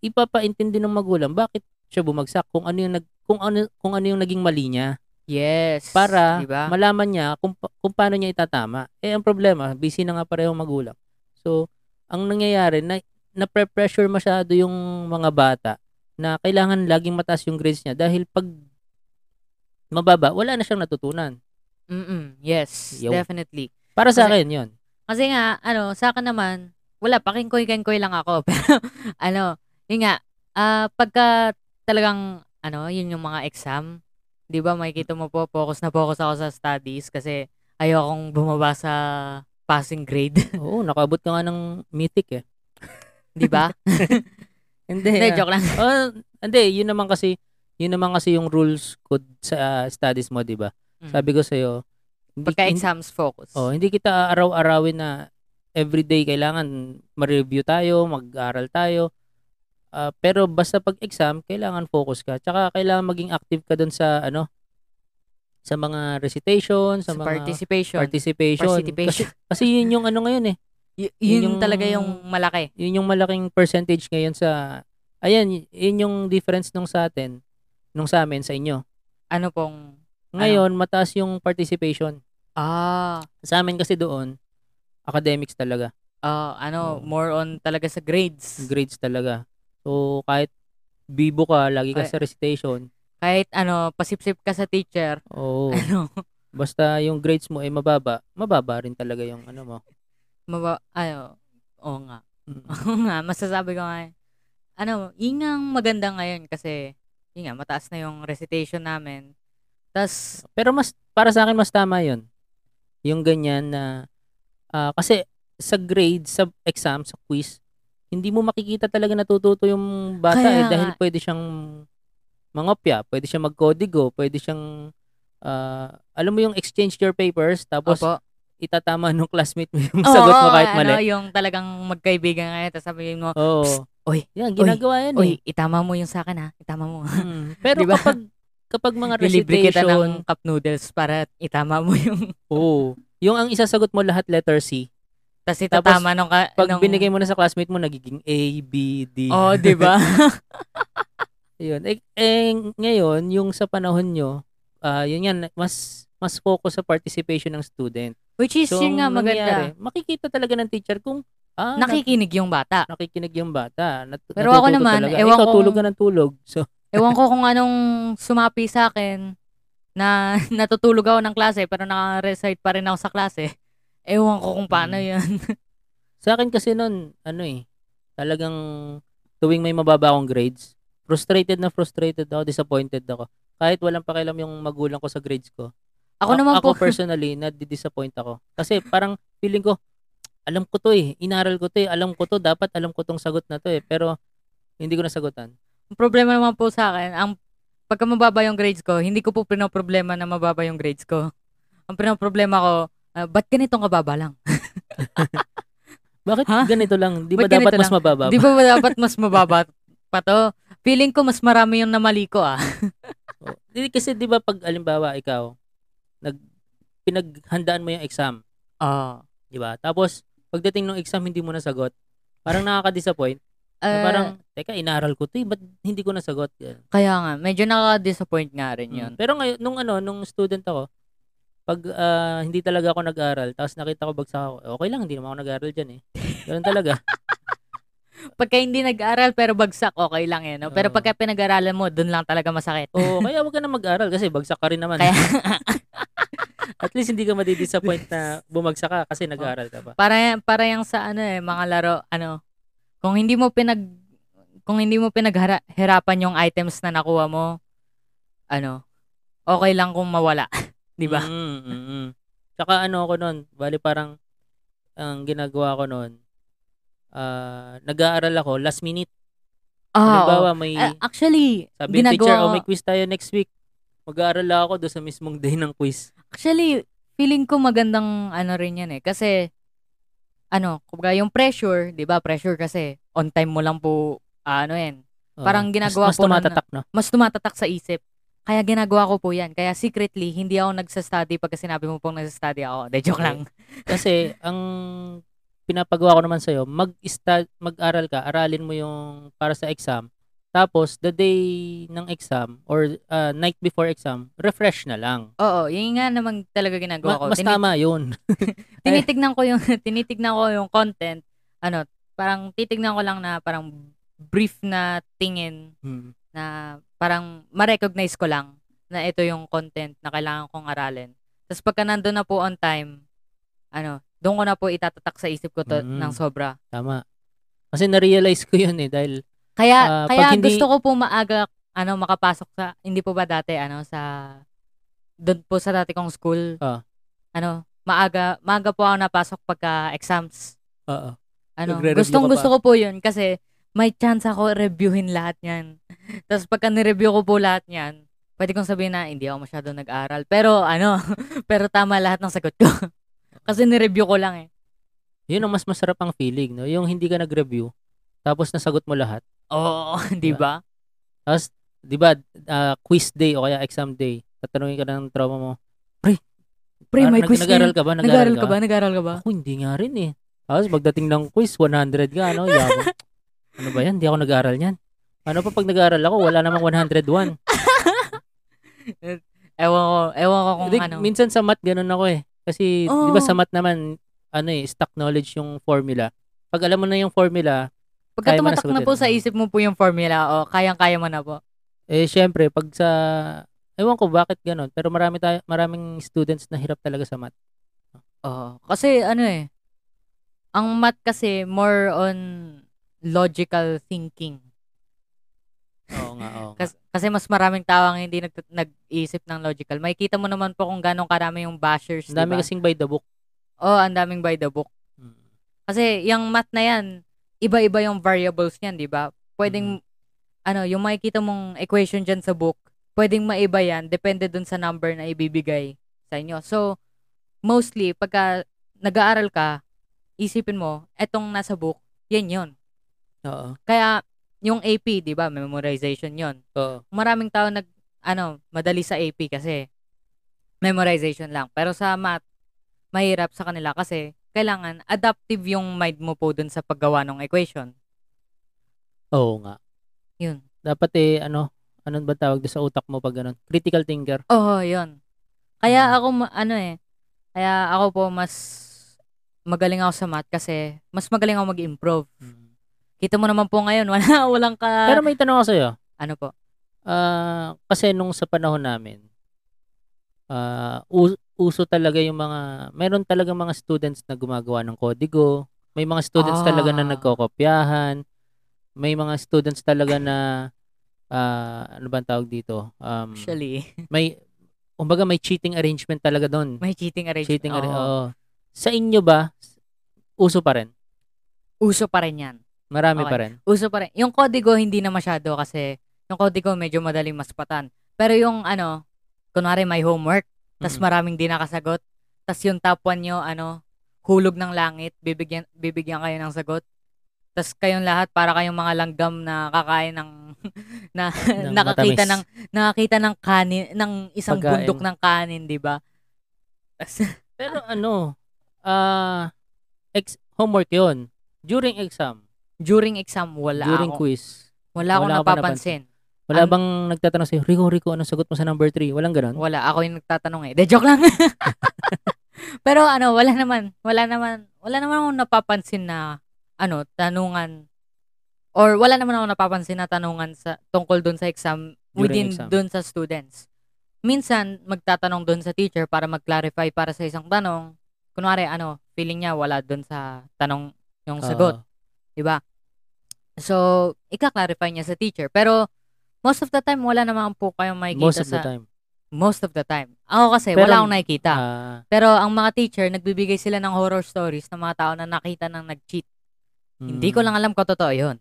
B: ipapaintindi ng magulang bakit siya bumagsak, kung ano yung nag kung ano kung ano yung naging mali niya
A: yes.
B: para
A: diba?
B: malaman niya kung, pa- kung paano niya itatama. Eh ang problema, busy na nga parehong magulang. So ang nangyayari na na-pressure masyado yung mga bata na kailangan laging mataas yung grades niya dahil pag mababa, wala na siyang natutunan.
A: Mm-mm. Yes,
B: Yo.
A: definitely.
B: Para sa
A: Kasi-
B: akin 'yon.
A: Kasi nga, ano, sa akin naman, wala, pakingkoy-kengkoy lang ako. Pero, ano, yun nga, ah, pagka talagang, ano, yun yung mga exam, di ba, makikita mo po, focus na focus ako sa studies kasi ayokong bumaba sa passing grade,
B: Oo, nakaabot ka nga ng mythic eh.
A: di ba?
B: Hindi.
A: Hindi, ah. joke lang.
B: Oh, hindi, yun naman kasi, yun naman kasi yung rules code sa ah, studies mo, 'di ba?
A: Mm.
B: Sabi ko sa iyo,
A: Pagka exams focus.
B: oh, hindi kita araw-arawin na everyday kailangan ma-review tayo, mag-aral tayo. Ah, pero basta pag exam, kailangan focus ka. Tsaka kailangan maging active ka doon sa ano sa mga recitation, sa,
A: sa
B: mga
A: participation.
B: participation. Kasi,
A: Participation.
B: kasi yun yung ano ngayon eh.
A: Y-
B: yun
A: yun
B: yung-
A: talaga yung malaki.
B: yun yung malaking percentage ngayon sa ayan yun yung difference nung sa atin nung sa amin sa inyo
A: Ano pong,
B: ngayon mataas yung participation
A: ah,
B: sa amin kasi doon academics talaga
A: ah, ano,
B: Oo.
A: more on talaga sa grades.
B: grades talaga so kahit bibo ka lagi ka
A: Ay.
B: sa recitation
A: Kahit, ano, pasipsip ka sa teacher,
B: oo
A: ano,
B: basta yung grades mo ay mababa mababa rin talaga yung ano mo
A: Maba, ayo. Oo nga.
B: Mm.
A: Oo nga, masasabi ko nga. eh. Ano, yun nga ang maganda ngayon kasi, yun nga, mataas na yung recitation namin. Tapos,
B: Pero mas para sa akin mas tama 'yon. Yung ganyan na ah, kasi sa grade, sa exam, sa quiz, hindi mo makikita talaga natututo yung bata
A: Kaya
B: eh, dahil
A: nga.
B: pwede siyang mangopya, pwede siyang magkodigo, pwede siyang ah, alam mo yung exchange your papers tapos
A: opo.
B: itatama nung classmate mo yung sagot mo
A: Oo,
B: kahit
A: ano,
B: mali.
A: yung talagang magkaibigan kayo, tapos sabihin mo,
B: Oo.
A: Psst, oy,
B: Yan, ginagawa yan eh.
A: Uy, itama mo yung sa akin ha. Itama mo.
B: Mm. Pero
A: Diba?
B: kapag kapag mga
A: Dilibre kita
B: recitation,
A: ng cup noodles para itama mo yung...
B: oo. Yung ang isasagot mo lahat letter C.
A: Tapos
B: Tapos,
A: itatama nung... Ka,
B: Pag
A: nung-
B: binigay mo na sa classmate mo, nagiging A, B, D.
A: Oo, Oh, di ba?
B: Ayun. Eh, eh, ngayon, yung sa panahon nyo, ah, yun yan, mas mas focus sa participation ng student.
A: Which is,
B: So,
A: yun nga
B: ang
A: maganda.
B: nangyayari, makikita talaga ng teacher kung ah, nak-
A: Nakikinig yung bata.
B: nakikinig yung bata. Nat-
A: Pero ako
B: natututo
A: naman,
B: talaga.
A: ewan
B: Ikaw,
A: ko
B: tulog
A: kung-
B: ka ng tulog. So,
A: Ewan ko kung anong sumapi sa akin na natutulog ako ng klase pero naka-recite pa rin ako sa klase. Ewan ko kung paano
B: Mm.
A: yun.
B: Sa akin kasi noon, ano eh, talagang tuwing may mababa akong grades, frustrated na frustrated ako, disappointed ako. Kahit walang pakialam yung magulang ko sa grades ko.
A: Ako
B: A-
A: naman
B: ako
A: po,
B: personally, nadi-disappoint ako. Kasi parang feeling ko, alam ko to eh, inaral ko to eh, alam ko to, dapat alam ko tong sagot na to eh, pero hindi ko nasagutan.
A: ang problema naman po sa akin, ang pagka mababa yung grades ko, hindi ko po pinoproblema na mababa yung grades ko. Ang pinoproblema ko, ah, ba't ganitong kababa lang?
B: Bakit
A: Ha?
B: ganito lang? Di ba
A: Ba't ganito
B: dapat mas mababa?
A: Di ba dapat mas mababa pa to? Feeling ko mas marami yung namali ko ah.
B: Oo. Di- Kasi di ba pag alimbawa ikaw, nag, pinaghandaan mo yung exam,
A: Oo.
B: Di ba? Tapos, pagdating ng exam, hindi mo nasagot. Parang nakaka-disappoint. Na
A: Eh,
B: parang, teka, inaral ko to eh. Ba't hindi ko nasagot? Ganun.
A: kaya nga, medyo nakaka-disappoint nga rin yun.
B: Mm. Pero ngayon, nung ano, nung student ako, pag ah, hindi talaga ako nag-aral, tapos nakita ko bagsak ako, eh, okay lang, hindi naman ako nag-aral dyan eh. Ganun talaga.
A: Pagka hindi nag-aral pero bagsak, okay lang eh. No? Pero
B: Oo.
A: pagka pinag-aralan mo, dun lang talaga masakit.
B: Oo, kaya wag ka na mag-aral kasi bagsak ka rin naman. eh.
A: Kaya-
B: At least hindi ka madidisappoint na bumagsak ka kasi nag-aral ka pa.
A: Para para yung sa ano eh mga laro ano kung hindi mo pinag kung hindi mo pinaghirapan yung items na nakuha mo ano okay lang kung mawala, 'di ba?
B: Mm, mm, mm. Tsaka ano ako noon, bali parang ang ginagawa ko noon, ah, nag-aaral ako last minute. Halimbawa, may
A: Ah, actually,
B: sabi ng
A: ginagawa
B: teacher,
A: ko-
B: oh, may quiz tayo next week. Mag-aaral lang ako doon sa mismong day ng quiz.
A: Actually, feeling ko magandang ano rin yan eh. Kasi, ano, kumbaga yung pressure, di ba? Pressure kasi, on time mo lang po, ah, ano yan.
B: Oo.
A: Parang ginagawa
B: mas, mas
A: po nun na-
B: tumatatak na.
A: Mas tumatatak sa isip. Kaya ginagawa ko po yan. Kaya secretly, hindi ako nagsastudy pagka sinabi mo pong nagsastudy ako. De, joke
B: Okay.
A: lang.
B: Kasi ang pinapagawa ko naman sa'yo, mag mag-aral ka, aralin mo yung para sa exam. Tapos, the day ng exam or ah, night before exam, refresh na lang.
A: Oo, yun nga naman talaga ginagawa
B: Ma-
A: ko.
B: mas
A: Tini-
B: tama eh. yun.
A: tinitignan ko yung tinitignan ko yung content, ano, parang titignan ko lang na parang brief na tingin
B: Mm.
A: na parang ma-recognize ko lang na ito yung content na kailangan kong aralin. Tapos pagka nandun na po on time, ano, doon ko na po itatatak sa isip ko to
B: Mm.
A: ng sobra.
B: Tama. Kasi na-realize ko yun eh dahil Ah,
A: Kaya,
B: pag
A: kaya
B: hindi-
A: gusto ko po maaga, ano, makapasok sa, hindi po ba dati, ano, sa, doon po sa dati kong school,
B: Ah.
A: ano, maaga, maaga po ako napasok pagka exams.
B: oo.
A: Ano,
B: Nagre-review
A: gustong
B: ka pa.
A: gusto ko po yun kasi may chance ako reviewin lahat yan. Tapos pagka nireview ko po lahat yan, pwede kong sabihin na hindi ako masyado nag-aral. Pero ano, pero tama lahat ng sagot ko. kasi nireview ko lang eh.
B: Yun ang mas masarap ang feeling, no? Yung hindi ka nag-review, tapos nasagot mo lahat.
A: Oo, di ba?
B: Tapos, di ba, ah, quiz day o kaya exam day, tatanungin ka ng trauma mo,
A: Pre,
B: "Ah,
A: may
B: nag-
A: quiz ngayon.
B: nag-aral ka ba?
A: Nag-aral ka ba? Nag-aral ka ba?
B: Ako, hindi nga rin eh. Tapos, pagdating ng quiz, 100 ka, ano? Yabo. ano ba yan? Hindi ako nag-aral niyan. Ano pa pag nag-aral ako, wala namang 101.
A: Ewan ko, ewan ko kung
B: Like,
A: ano.
B: Minsan sa math, ganun ako eh. Kasi, di ba
A: Oo.
B: sa math naman, ano eh, stock knowledge yung formula. Pag alam mo na yung formula,
A: Pagka
B: kaya mo na
A: tumatak na ano?
B: sagutin.
A: po sa isip mo po yung formula, o kayang-kaya mo na po.
B: eh, syempre, pag sa, ewan ko bakit ganun, pero marami tayo, maraming students na hirap talaga sa math.
A: Oo. Kasi ano eh, Ang math kasi more on logical thinking.
B: Oo nga, oo. nga.
A: Kas- kasi mas maraming tao ang hindi nag- nag-iisip ng logical. Makikita mo naman po kung gano'ng karami yung bashers,
B: Ang dami
A: diba?
B: kasing by the book.
A: Oo, ang daming by the book.
B: Mm.
A: Kasi yung math na yan, iba-iba yung variables niyan, di ba? Pwedeng, ano, yung makikita mong equation dyan sa book, pwedeng maiba yan, depende dun sa number na ibibigay sa inyo. So, mostly, pagka nag-aaral ka, isipin mo, etong nasa book, yan yon
B: Oo.
A: Kaya, yung AP, di ba, memorization yon
B: Oo.
A: Maraming tao nag, ano, madali sa AP kasi memorization lang. Pero sa math, mahirap sa kanila kasi kailangan adaptive yung mind mo po dun sa paggawa ng equation.
B: Oo nga.
A: Yun.
B: Dapat eh, ano, anong ba tawag doon sa utak mo pag ganun? Critical thinker.
A: Oo, yun. Kaya
B: Hmm.
A: ako, ma- ano eh, kaya ako po mas magaling ako sa math kasi mas magaling ako mag-improve. Ah, Kita mo naman po ngayon, wala, walang ka,
B: Pero Hmm. may tanong ako sa'yo.
A: ano po,
B: Ah, kasi nung sa panahon namin, ah, us- uso talaga yung mga, meron talaga mga students na gumagawa ng kodigo. May mga students talaga na
A: Ah.
B: nagkokopyahan. May mga students talaga na, ah, ano ba ang tawag dito? Um,
A: actually,
B: may, kumbaga may cheating arrangement talaga doon.
A: may cheating arrangement.
B: Cheating arra-
A: Oo.
B: oo. Sa inyo ba, uso pa rin?
A: Uso pa rin yan.
B: Marami
A: Okay.
B: pa rin?
A: uso pa rin. Yung kodigo, hindi na masyado kasi yung kodigo medyo madaling maspatan. Pero yung ano, kunwari may homework, tas
B: Mm-mm.
A: maraming di nakasagot, tas yung top 1 nyo, ano, hulog ng langit, bibigyan, bibigyan kayo ng sagot. Tas kayong lahat, para kayong mga langgam na kakain ng, na,
B: Ng
A: nakakita
B: matamis.
A: ng, nakakita ng kanin, ng isang
B: Pagkain.
A: bundok ng kanin, di ba? Tas,
B: Pero ano, ah ex- homework yon During exam,
A: during exam, wala
B: during
A: ako.
B: quiz,
A: wala akong
B: wala ako
A: napapansin.
B: wala
A: Ang-
B: bang nagtatanong sa'yo, Rico, Rico, anong sagot mo sa number 3? Walang ganun?
A: Wala, ako yung nagtatanong eh. De, joke lang. Pero ano, wala naman. Wala naman. Wala naman akong napapansin na, ano, tanungan. Or wala naman akong napapansin na tanungan sa, tungkol dun sa exam
B: During
A: within
B: exam.
A: dun sa students. Minsan, magtatanong dun sa teacher para mag-clarify para sa isang tanong. Kunwari, ano, feeling niya wala dun sa tanong
B: Ah,
A: yung sagot.
B: Oo.
A: So, ika-clarify niya sa teacher. Pero, most of the time, wala naman po kayong makikita
B: most of
A: sa...
B: the time.
A: Most of the time. Ako kasi,
B: Pero-
A: wala akong nakikita.
B: Ah,
A: Pero ang mga teacher, nagbibigay sila ng horror stories ng mga tao na nakita ng nag-cheat.
B: mm.
A: Hindi ko lang alam kung totoo yun.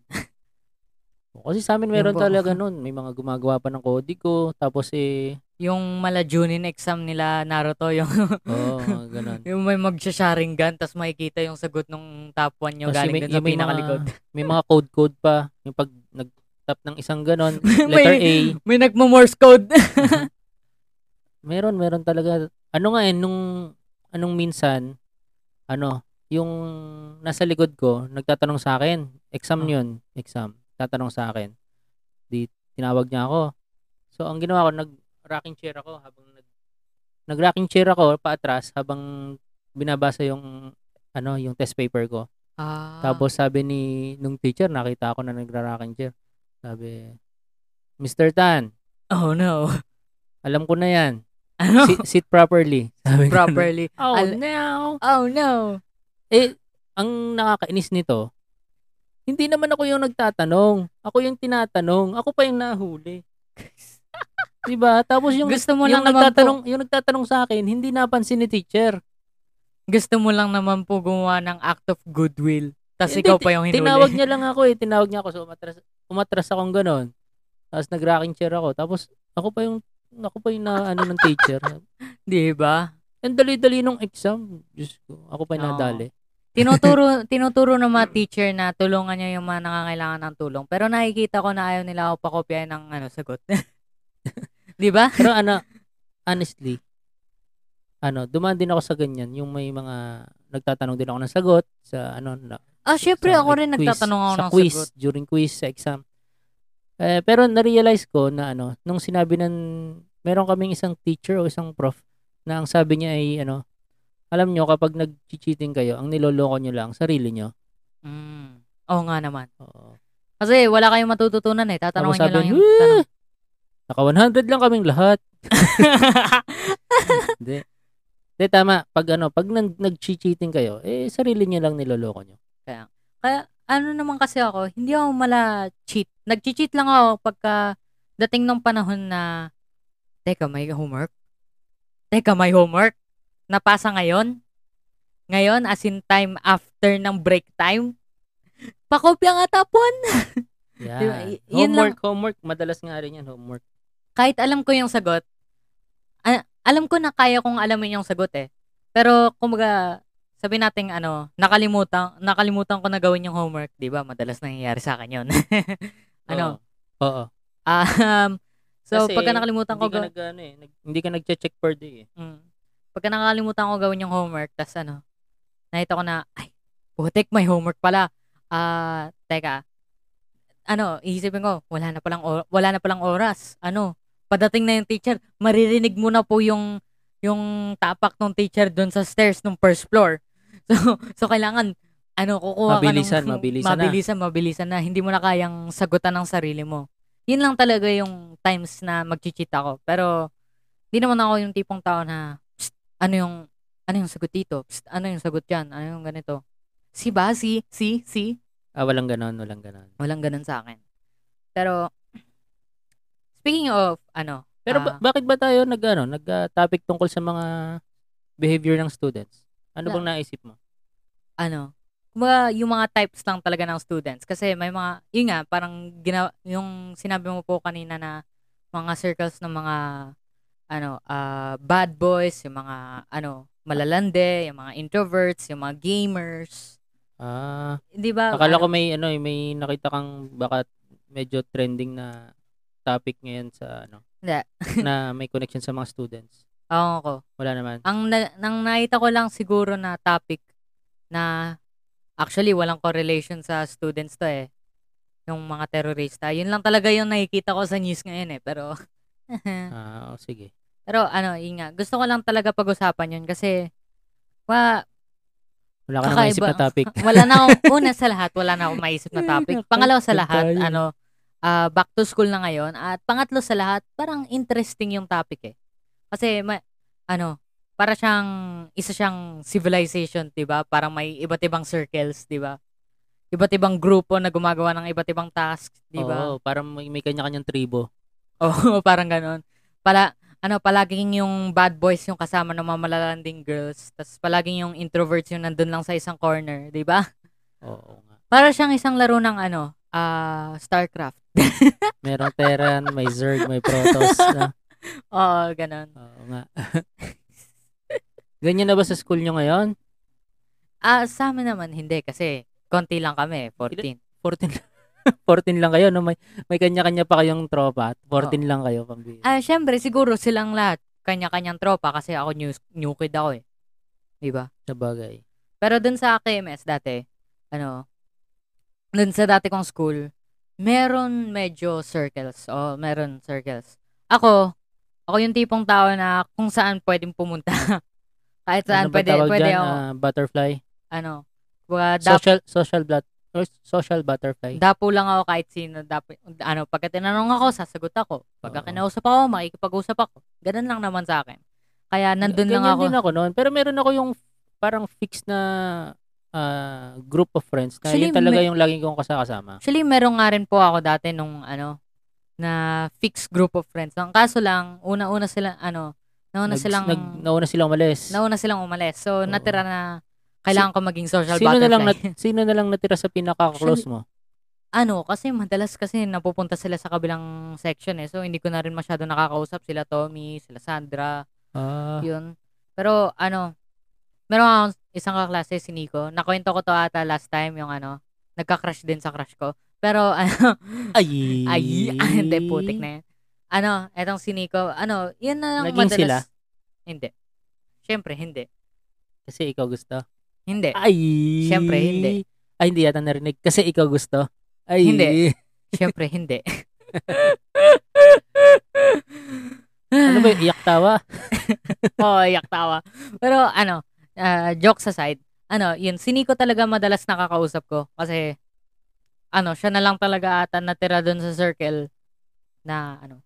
B: Kasi sa amin meron
A: Yun po.
B: talaga nun. May mga gumagawa pa ng kodigo. Tapos eh,
A: Yung mala Junin exam nila, Naruto, yung,
B: oo, mga ganun.
A: yung may magsasharingan, tas makikita yung sagot nung top 1 nyo
B: Kasi
A: galing
B: may-
A: dun sa
B: yung may mga
A: pinakalikod.
B: May mga code-code pa. Yung pag nag-tap ng isang ganun, letter A.
A: May nagmo-morse code.
B: Meron, meron talaga. Ano nga eh, nung, anong minsan, ano, yung nasa likod ko, nagtatanong sa akin, exam
A: Ah.
B: yun, exam, tatanong sa akin. Di, tinawag niya ako. So, ang ginawa ko, nag-rocking chair ako habang nag, nag-rocking chair ako paatras habang binabasa yung, ano, yung test paper ko.
A: ah,
B: Tapos sabi ni nung teacher, nakita ako na nagra-rocking chair. Sabi, Mr. Tan,
A: oh no.
B: alam ko na yan.
A: Ano?
B: Sit, sit properly. Sabi ganun.
A: Properly.
B: Oh,
A: Al-
B: no.
A: Oh no.
B: Eh, ang nakakainis nito, hindi naman ako yung nagtatanong. Ako yung tinatanong. Ako pa yung nahuli. 'Di ba? Tapos yung,
A: gusto mo lang
B: yung,
A: naman po,
B: nagtatanong, yung nagtatanong sa akin, hindi napansin ni teacher.
A: gusto mo lang naman po gumawa ng act of goodwill. Tas
B: Hindi,
A: ikaw
B: ti-
A: pa yung hinuli.
B: Tinawag niya lang ako eh. Tinawag niya ako. So, umatras, umatras akong ganun. Tapos nag-rocking chair ako. Tapos, ako pa yung, ako pa yung na, ano ng teacher.
A: Di ba?
B: Ang dali-dali nung exam. Diyos ko. Ako pa yung
A: Oo.
B: nadali.
A: tinuturo tinuturo ng mga teacher na tulungan niya yung mga nangangailangan ng tulong. Pero nakikita ko na ayaw nila ako pakopyahin ng ano sagot. 'Di ba?
B: Pero ano, honestly, ano, dumaan din ako sa ganyan. Yung may mga, nagtatanong din ako ng sagot sa ano, na,
A: Ah, syempre
B: sa
A: ako rin
B: quiz,
A: nagtatanong ako
B: sa
A: ng
B: quiz,
A: sagot.
B: during quiz, sa exam. Eh, pero na-realize ko na ano, nung sinabi ng, meron kaming isang teacher o isang prof na ang sabi niya ay ano, alam nyo, kapag nag-cheating kayo, ang niloloko nyo lang, sarili nyo.
A: Mm. Oo nga naman.
B: Oo.
A: Kasi wala kayong matututunan eh. Tatanungin
B: Tapos
A: niyo lang
B: sabi,
A: yung tanong.
B: Naka 100 lang kaming lahat. Hindi. Hindi, tama. Pag ano, pag nag- nag-cheating kayo, eh, sarili niyo lang niloloko niyo.
A: Kaya ano naman kasi ako, hindi ako mala cheat. Nag-cheat lang ako pagka dating ng panahon na Teka, may homework? Teka, may homework? Napasa ngayon? Ngayon, as in time after ng break time? Pakopya nga tapon!
B: Yan.
A: Diba, y- yun
B: homework, homework. Madalas nga rin yan, homework.
A: Kahit alam ko yung sagot, a- alam ko na kaya kong alamin yung sagot eh. Pero kumaga, sabi natin ano, nakalimutan, nakalimutan ko na gawin yung homework, di ba? Madalas nangyayari sa akin yun. ano,
B: Oo. Oo.
A: Um, so,
B: Kasi
A: pagka nakalimutan ko,
B: Hindi ka,
A: gaw-
B: nag, ano, eh, nag- hindi ka nag-check per day eh.
A: Mm. pagka nakalimutan ko gawin yung homework, tas ano, nakita ko na, ay, putik, may homework pala. Ah, teka, ano, iisipin ko, wala na palang, or- wala na palang oras. Ano, padating na yung teacher, maririnig mo na po yung, yung tapak ng teacher doon sa stairs ng first floor. So, so kailangan, ano, kukuha ka
B: Mabilisan,
A: ng,
B: mabilisan na.
A: mabilisan, mabilisan na. Hindi mo na kayang sagutan ng sarili mo. Yun lang talaga yung times na magchichita ako. Pero, di naman ako yung tipong tao na, "Psst, ano yung, ano yung sagot dito? Psst, ano yung sagot dyan? Ano yung ganito? Si ba? Si? Si? Si?
B: Ah, walang ganon, walang ganon.
A: Walang ganun sa akin. Pero, speaking of, ano,
B: Pero
A: Ah.
B: ba- bakit ba tayo nag, ano, nag-topic tungkol sa mga behavior ng students? Ano
A: Na-
B: bang naisip mo?
A: ano, kumbaga yung mga types lang talaga ng students. Kasi may mga, yun nga, parang gina, yung sinabi mo po kanina na mga circles ng mga, ano, ah, bad boys, yung mga, ano, malalande, yung mga introverts, yung mga gamers.
B: Ah,
A: Di ba?
B: akala
A: ano,
B: ko may ano, eh, may nakita kang baka medyo trending na topic ngayon sa ano.
A: Hindi.
B: na may connection sa mga students.
A: Oo ko.
B: Wala naman.
A: Ang na, nang nakita ko lang siguro na topic na actually walang correlation sa students to eh. Yung mga terorista. Yun lang talaga yung nakikita ko sa news ngayon eh. Pero,
B: Ah, oh, sige.
A: pero ano, yun nga. Gusto ko lang talaga pag-usapan yun kasi wa,
B: Wala ka na
A: Kakaiba.
B: maisip na topic.
A: wala na akong, una sa lahat, wala na akong maisip na topic. Pangalawa sa lahat,
B: Tayo.
A: ano, ah, back to school na ngayon. At pangatlo sa lahat, parang interesting yung topic eh. Kasi, ma- ano, para siyang, isa siyang civilization, di ba? Parang may iba't ibang circles, di ba? Iba't ibang grupo na gumagawa ng iba't ibang tasks, di ba?
B: Oo, parang may, may kanya-kanyang tribo.
A: Oo, parang ganun. Pala, ano, palaging yung bad boys yung kasama ng mga malalanding girls. Tapos palaging yung introverts yung nandun lang sa isang corner, di ba?
B: Oo nga.
A: Para siyang isang laro ng ano, ah, StarCraft.
B: Merong Terran, may Zerg, may Protoss. na.
A: Oo, ganun.
B: Oo nga. Ganyan na ba sa school nyo ngayon?
A: Ah, sa amin naman, hindi kasi konti lang kami, eh, 14.
B: 14 lang. 14 lang kayo, no? May, may kanya-kanya pa kayong tropa. 14 lang kayo, pambihira.
A: Ah, syempre, siguro silang lahat kanya-kanyang tropa kasi ako new, new kid ako eh. Di ba?
B: Sa bagay.
A: Pero dun sa KMS dati, ano, dun sa dati kong school, meron medyo circles. O, meron circles. Ako, ako yung tipong tao na kung saan pwedeng pumunta. Kahit saan
B: ano ba
A: pwede,
B: tawag
A: pwede
B: dyan?
A: ako,
B: Ah, butterfly?
A: ano, kumbaga, dap-
B: Social, social, blat- or social butterfly.
A: dapo lang ako kahit sino. Dapo, ano, pagka tinanong ako, sasagot ako. Pagka
B: Oo.
A: kinausap ako, makikipag-usap ako. Ganun lang naman sa akin. Kaya nandun lang
B: Ganyan
A: ako.
B: din ako noon. Pero meron ako yung parang fixed na ah, group of friends na
A: Actually,
B: yun talaga
A: may-
B: yung laging kong kasakasama.
A: Actually, meron nga rin po ako dati nung ano na fixed group of friends. Ang kaso lang, una-una sila ano, nauna
B: Nag-
A: silang
B: nag, nauna silang umalis.
A: nauna silang umalis. So
B: Oo.
A: natira na kailangan ko maging social
B: sino
A: butterfly.
B: na lang nat- sino na lang natira sa pinaka-close mo?
A: ano, kasi madalas kasi napupunta sila sa kabilang section eh. So hindi ko na rin masyado nakakausap sila Tommy, sila Sandra,
B: Ah,
A: yun. Pero ano, meron akong isang kaklase si Nico. Nakwento ko to ata last time yung ano, nagka-crush din sa crush ko. Pero ano,
B: ay.
A: Ay, ah, hindi, putik na yan. Ano, etong si Nico, ano, yan na lang
B: Naging
A: madalas.
B: sila?
A: Hindi. Siyempre, hindi.
B: Kasi ikaw gusto.
A: Hindi.
B: Ay.
A: Siyempre, hindi.
B: Ay, hindi yata narinig. Kasi ikaw gusto. Ay.
A: Hindi. Siyempre, hindi.
B: Ano ba, iyak tawa?
A: Oo, iyak tawa. Pero ano, ah, jokes aside, ano, yun, si Nico talaga madalas nakakausap ko. Kasi, ano, siya na lang talaga ata natira dun sa circle na, ano,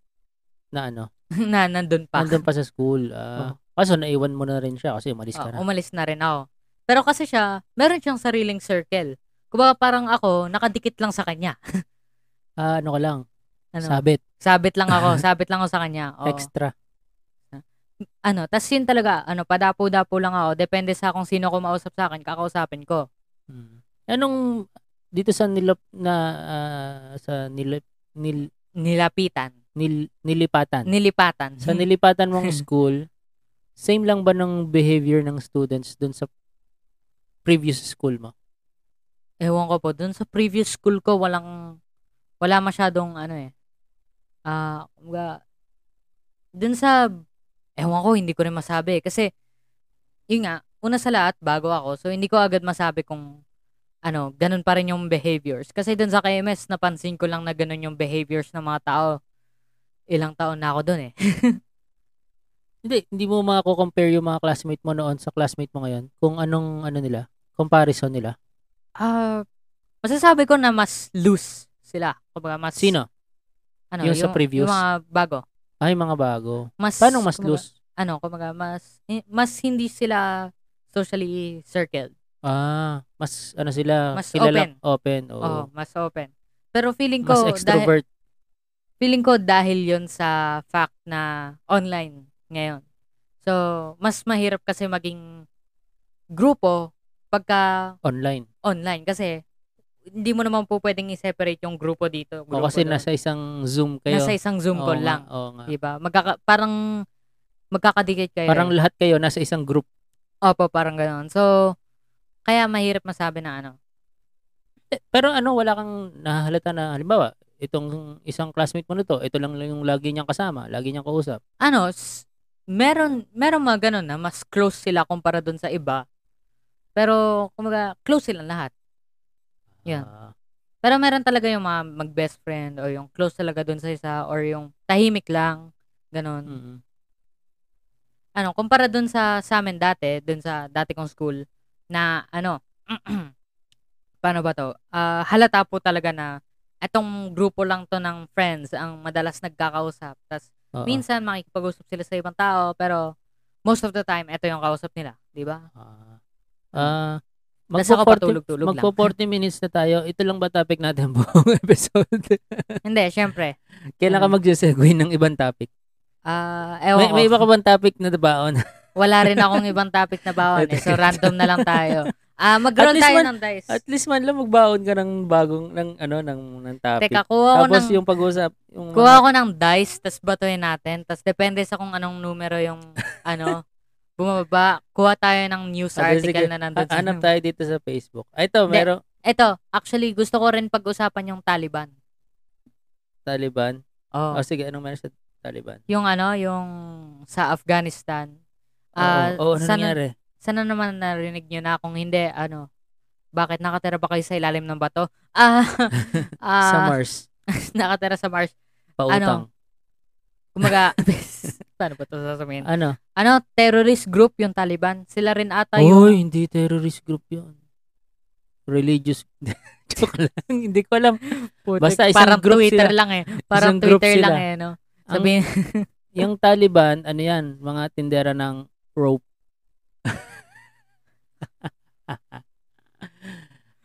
B: Na ano?
A: na nandun pa.
B: Nandun pa sa school. Ah, Kaso naiwan mo na rin siya kasi umalis ka
A: Oo,
B: na.
A: umalis na rin ako. Pero kasi siya, meron siyang sariling circle. Kumbaga parang ako, nakadikit lang sa kanya.
B: Ah, ano ka lang,
A: Ano?
B: sabit,
A: sabit lang ako, sabit lang ako sa kanya. Oo.
B: extra.
A: ano, tas yun talaga, ano, padapo-dapo lang ako. Depende sa kung sino kumausap sa akin, kakausapin ko.
B: Mm. Anong dito sa nilap na ah, sa nilip, nil,
A: Nilapitan.
B: nil, nilipatan.
A: Nilipatan.
B: Sa nilipatan mong school, same lang ba ng behavior ng students dun sa previous school mo?
A: Ewan ko po, dun sa previous school ko, walang, wala masyadong, ano eh, ah, kumbaga, dun sa, ewan ko, hindi ko rin masabi. eh. Kasi, yun nga, una sa lahat, bago ako, so hindi ko agad masabi kung, ano, ganun pa rin yung behaviors. Kasi dun sa KMS, napansin ko lang na ganun yung behaviors ng mga tao. Ilang taon na ako dun eh.
B: Hindi, hindi mo mako-compare yung mga classmate mo noon sa classmate mo ngayon kung anong ano nila, comparison nila.
A: Ah, masasabi ko na mas loose sila. Kumbaga, mas,
B: Sino?
A: ano,
B: Yung sa previous?
A: Yung mga bago.
B: Ay, mga bago.
A: Mas,
B: Paano mas
A: kumbaga,
B: loose?
A: ano, kumbaga, mas, eh, mas hindi sila socially circled.
B: Ah, mas ano sila,
A: Mas
B: kilala, open. oo.
A: Oo, mas open. Pero feeling ko, dahil,
B: Mas extrovert.
A: feeling ko dahil yon sa fact na online ngayon. So, mas mahirap kasi maging grupo pagka
B: online.
A: online kasi hindi mo naman po pwedeng i-separate yung grupo dito.
B: O
A: Grupo
B: kasi
A: doon.
B: nasa isang Zoom kayo.
A: nasa isang Zoom
B: Oo
A: call
B: nga,
A: lang.
B: oo nga.
A: Diba? Magkaka- parang magkakadikit kayo.
B: Parang
A: eh.
B: lahat kayo nasa isang group.
A: Opo, parang ganoon. So, kaya mahirap masabi na ano.
B: Eh, Pero ano, wala kang nahahalata na halimbawa, itong isang classmate mo na to, ito lang lang yung lagi niyang kasama, lagi niyang kausap.
A: Ano, s- meron, meron mga ganun na mas close sila kumpara dun sa iba. Pero, kumaga, close sila lahat. Yan.
B: Ah,
A: Pero meron talaga yung mga mag-best friend o yung close talaga dun sa isa or yung tahimik lang. Ganun.
B: mm.
A: ano, kumpara dun sa sa amin dati, dun sa dati kong school na ano, paano ba to? Ah, halata po talaga na etong grupo lang to ng friends ang madalas nagkakausap. Tapos
B: Oo.
A: minsan makikipag-usap sila sa ibang tao, pero most of the time ito yung kausap nila, di ba?
B: Ah.
A: Hmm.
B: Ah,
A: Tas ako
B: magpo- 40
A: patulog-tulog lang.
B: magpo 40 minutes na tayo. Ito lang ba topic natin buong episode?
A: Hindi, syempre.
B: Kailan ka magse-segue ng ibang topic?
A: Ah,
B: May,
A: ewan ko.
B: may iba ka bang topic na dabaon?
A: Wala rin akong ibang topic na bawal eh. So random na lang tayo. Ah, mag-roll
B: least
A: tayo
B: one-
A: ng dice.
B: At least man lang magbaon ka ng bagong ng ano ng ng topic.
A: Teka, kuha ko
B: Tapos
A: ng
B: yung pag-usap, yung mga-
A: Kuha ko ng dice, tas batuhin natin. Tas depende sa kung anong numero yung, ano, bumababa. Kuha tayo ng news
B: Ah, sige,
A: article
B: sige.
A: na nandun.
B: Ha-
A: sa-
B: hanap tayo dito sa Facebook. Ay, ito,
A: Hindi.
B: meron
A: Ito, actually, gusto ko rin pag-usapan yung Taliban.
B: Taliban.
A: Oh.
B: O sige, anong meron sa Taliban?
A: Yung ano, yung sa Afghanistan. Ah,
B: Oo, oo, ano
A: sana-
B: nangyari?
A: Sana naman narinig nyo na kung hindi, ano, bakit nakatira ba kayo sa ilalim ng bato? Ah,
B: sa
A: ah, ano?
B: Mars.
A: nakatira sa Mars.
B: Pautang.
A: Kumaga, paano ba ito sasabihin?
B: Ano?
A: Ano, terrorist group yung Taliban. Sila rin ata yung
B: Uy, hindi terrorist group yun. Religious. Joke lang. hindi ko alam.
A: Putik,
B: Basta isang
A: parang
B: group
A: Twitter
B: sila.
A: lang eh. Parang
B: Isang group
A: Twitter
B: sila.
A: lang eh, no? Sabihin,
B: Yung Taliban, ano yan? Mga tindera ng rope.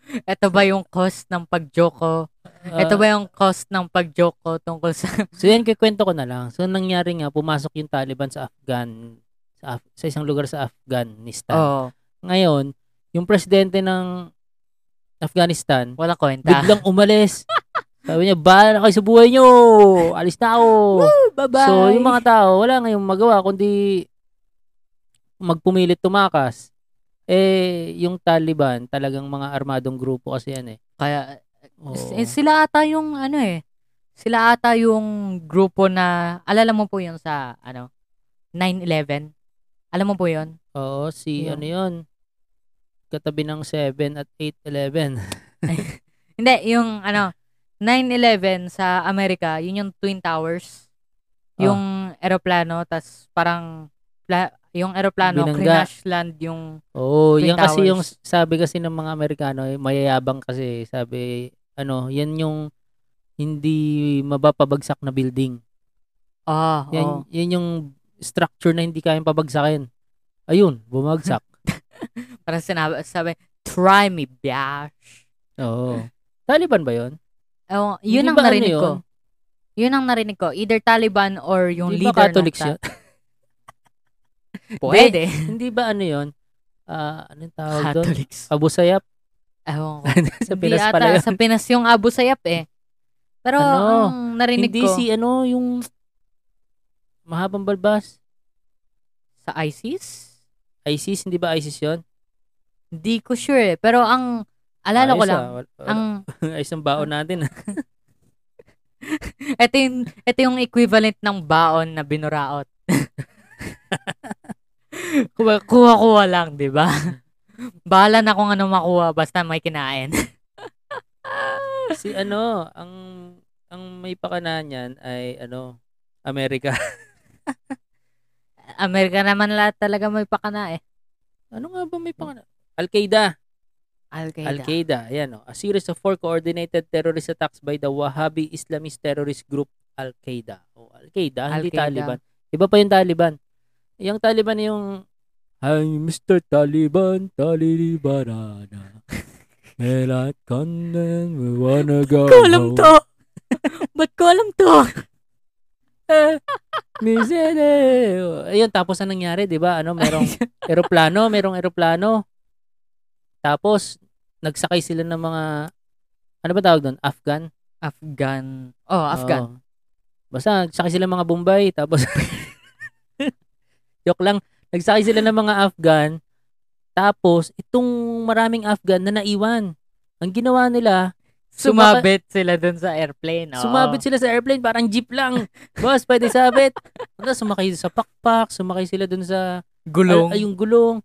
A: ito ba yung cost ng pag-joke ko?
B: Ah,
A: Ito ba yung cost ng pag-joke ko tungkol sa...
B: So yan, kikwento ko na lang. So nangyari nga, pumasok yung Taliban sa Afghan, sa, Af- sa isang lugar sa Afghanistan.
A: Oo, oh,
B: Ngayon, yung presidente ng Afghanistan,
A: wala kwenta.
B: biglang umalis. Sabi niya, bahala na kayo sa buhay niyo. Alis na ako.
A: Bye-bye!
B: So, yung mga tao, wala ngayong magawa, kundi magpumilit tumakas. Eh, yung Taliban, talagang mga armadong grupo kasi yan eh.
A: Kaya,
B: Oo.
A: eh, sila ata yung ano eh. Sila ata yung grupo na... Alala mo po yun sa, ano, 9-11? Alam mo po yun?
B: Oo, si
A: Yeah.
B: ano yun, katabi ng 7 at 8, 11.
A: Hindi, yung ano, 9-11 sa Amerika, yun yung Twin Towers.
B: Ah.
A: Yung eroplano, tas parang pla- yung eroplano,
B: Binangga.
A: crash land yung
B: Oo,
A: Twin
B: yan kasi
A: Towers.
B: yung sabi kasi ng mga Amerikano, eh, mayayabang kasi, sabi, ano, yan yung hindi mapapabagsak na building.
A: ah,
B: Yan,
A: oo.
B: yan yung structure na hindi kayang pabagsakin. Ayun, bumagsak.
A: Parang sinabi, sabi, try me, biatch.
B: Oo. Taliban ba yun?
A: Ewan, yun
B: Hindi
A: ang
B: ba ano
A: narinig ko.
B: yun?
A: Yun ang narinig ko. Either Taliban or yung
B: Hindi ba
A: leader
B: Catholic
A: ng...
B: siya?
A: Ta- Pwede.
B: hindi ba ano yun? Ah, anong tawag doon?
A: Catholics.
B: Abusayap?
A: Ewan ko.
B: sa
A: Hindi
B: Pinas
A: ata,
B: pala yun.
A: Ah, Sa Pinas yung Abu Sayyaf eh. Pero
B: Ano?
A: ang narinig
B: Hindi
A: ko
B: si ano, yung mahabang balbas.
A: sa ISIS,
B: ISIS, hindi ba ISIS yun?
A: hindi ko sure eh. Pero ang alala ko
B: Ayos,
A: lang,
B: ah. Wal- wal-
A: ang
B: Ayos ang baon natin. ah.
A: ito yung, ito yung equivalent ng baon na binuraot. Kuha- Kuha-kuha lang, di ba? Bahala na kung ano makuha basta may kinain.
B: si ano, ang ang may pakana niyan ay ano, Amerika.
A: Amerika naman lahat talaga may pakana eh.
B: ano nga ba may pakana? Al-Qaeda.
A: Al-Qaeda.
B: Al-Qaeda, ayan o. A series of four coordinated terrorist attacks by the Wahhabi Islamist terrorist group Al-Qaeda. O, Al-Qaeda, hindi
A: Al-Qaeda.
B: Taliban. Iba pa yung Taliban. Yung Taliban yung I'm Mr. Taliban, Talibanana. Melat kanan, we wanna go
A: Ba't ko alam
B: home.
A: to? Ba't ko alam to?
B: Misere. Ayun, tapos anong nangyari, di ba? Ano, merong eroplano, merong eroplano. Tapos, nagsakay sila ng mga, ano ba tawag doon? Afghan?
A: Afghan. Oh, Afghan.
B: Oo. Basta, nagsakay sila ng mga Bombay, tapos, joke lang, nagsakay sila ng mga Afghan, tapos, itong maraming Afghan na naiwan. Ang ginawa nila,
A: Sumabit sila dun sa airplane. oo.
B: Sumabit sila sa airplane, parang jeep lang. Boss, pwede sabit. Tapos sumakay sa pakpak, sumakay sila dun sa
A: Gulong.
B: ay, yung gulong.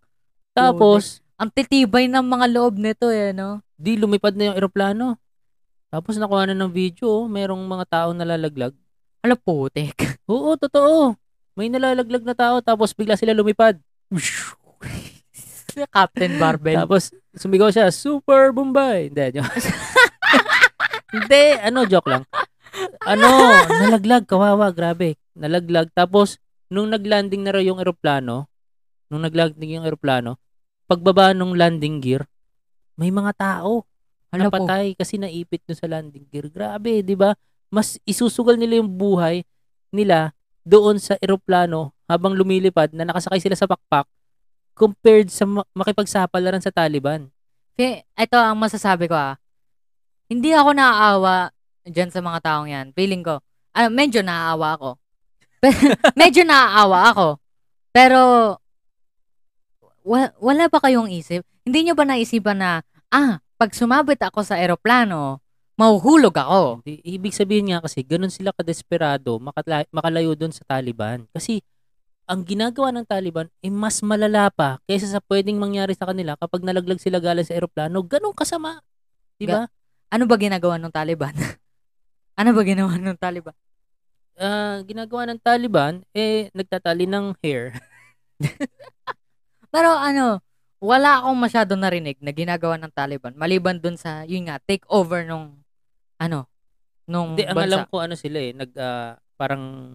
B: Tapos,
A: Ang titibay ng mga loob nito eh, no?
B: di lumipad na yung eroplano. Tapos nakuha na ng video, oh, merong mga tao nalalaglag.
A: Ala putik.
B: Oo, totoo. May nalalaglag na tao, tapos bigla sila lumipad.
A: Captain Barbell.
B: Tapos sumigaw siya, Super Bombay. Hindi, joke. Hindi, ano, joke lang. Ano, nalaglag, kawawa, grabe. Nalaglag. Tapos, nung naglanding na raw yung eroplano, nung naglanding yung eroplano, pagbaba nung landing gear, may mga tao
A: Hala po.
B: napatay kasi naipit dun sa landing gear. Grabe, di ba? Mas isusugal nila yung buhay nila doon sa eroplano habang lumilipad na nakasakay sila sa pakpak compared sa ma- makipagsapalaran sa Taliban.
A: Fe- Ito ang masasabi ko ah. Hindi ako naaawa dyan sa mga taong yan. Feeling ko. Ah, medyo naaawa ako. medyo naaawa ako. Pero, wa- wala ba kayong isip? Hindi nyo ba naisipan na, ah, pag sumabit ako sa aeroplano, mahuhulog ako.
B: Hindi- Ibig sabihin nga kasi, ganun sila kadesperado makatla- makalayo doon sa Taliban. Kasi, ang ginagawa ng Taliban ay mas malala pa kaysa sa pwedeng mangyari sa kanila kapag nalaglag sila galing sa eroplano. Ganun kasama. Di ba?
A: Ano ba ginagawa ng Taliban? ano ba ginawa ng Taliban?
B: Ah, ginagawa ng Taliban, eh, nagtatali ng hair.
A: Pero ano, wala akong masyado narinig na ginagawa ng Taliban maliban dun sa yun nga take over nung ano nung
B: Hindi, ang alam
A: bansa.
B: ko ano sila eh, nag, ah, parang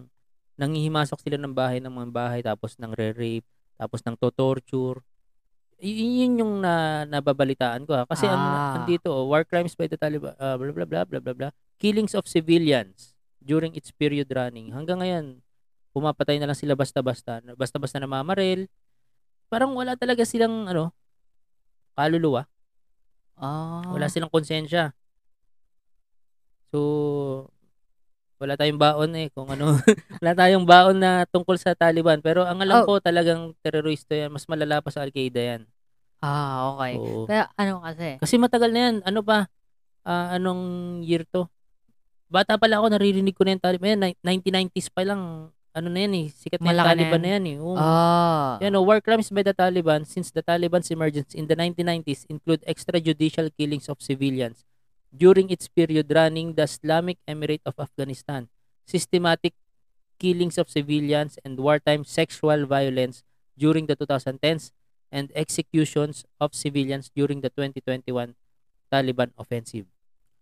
B: nangihimasok sila ng bahay ng mga bahay, tapos ng re-rape, tapos ng to-torture. Y- yun yung na, nababalitaan ko ha. Kasi ang,
A: Ah.
B: ang dito, oh, war crimes by the Taliban, ah, blah, blah, blah, blah, blah, blah. Killings of civilians during its period running. Hanggang ngayon, pumapatay na lang sila basta-basta. Basta-basta namamaril. Parang wala talaga silang, ano, kaluluwa.
A: Ah.
B: Wala silang konsensya. So, wala tayong baon eh kung ano. wala tayong baon na tungkol sa Taliban. Pero ang alam
A: Oh.
B: ko talagang terorista yan. Mas malala pa sa Al-Qaeda yan.
A: ah, okay.
B: Oo.
A: Pero ano kasi?
B: Kasi matagal na yan. Ano pa? Ah, anong year to? Bata pala ako, naririnig ko na yung Taliban. Yan, ni- 1990s pa lang. Ano na yan eh. Sikat na yung
A: Malaki na
B: Taliban
A: yan.
B: na yan eh. Oo.
A: Ah.
B: You know, war crimes by the Taliban since the Taliban's emergence in the 1990s include extrajudicial killings of civilians during its period running the Islamic Emirate of Afghanistan, systematic killings of civilians and wartime sexual violence during the 2010s, and executions of civilians during the 2021 Taliban offensive.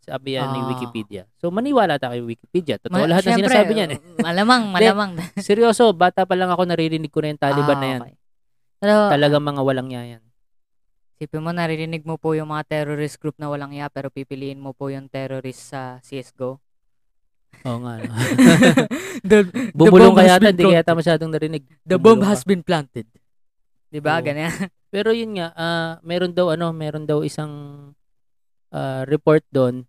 B: Sabi yan ni
A: Ah.
B: Wikipedia. So maniwala tayo kay Wikipedia.
A: Ma-
B: Totoo lahat
A: syempre,
B: ng sinasabi niyan eh.
A: malamang, malamang.
B: Seryoso, bata pa lang ako naririnig ko na yung Taliban
A: Ah,
B: na yan.
A: okay. Pero,
B: Talagang mga walang yayan.
A: Sipin mo, naririnig mo po yung mga terrorist group na walang iya pero pipiliin mo po yung terrorist sa CSGO.
B: Oo nga. no.
A: the,
B: Bubulong
A: bomb has
B: kaya yata,
A: been
B: hindi kaya yata masyadong narinig.
A: the
B: Bubulong
A: bomb
B: ka.
A: has been planted. Di ba?
B: Oo.
A: Ganyan.
B: Pero yun nga, ah, meron daw ano, meron daw isang ah, report doon.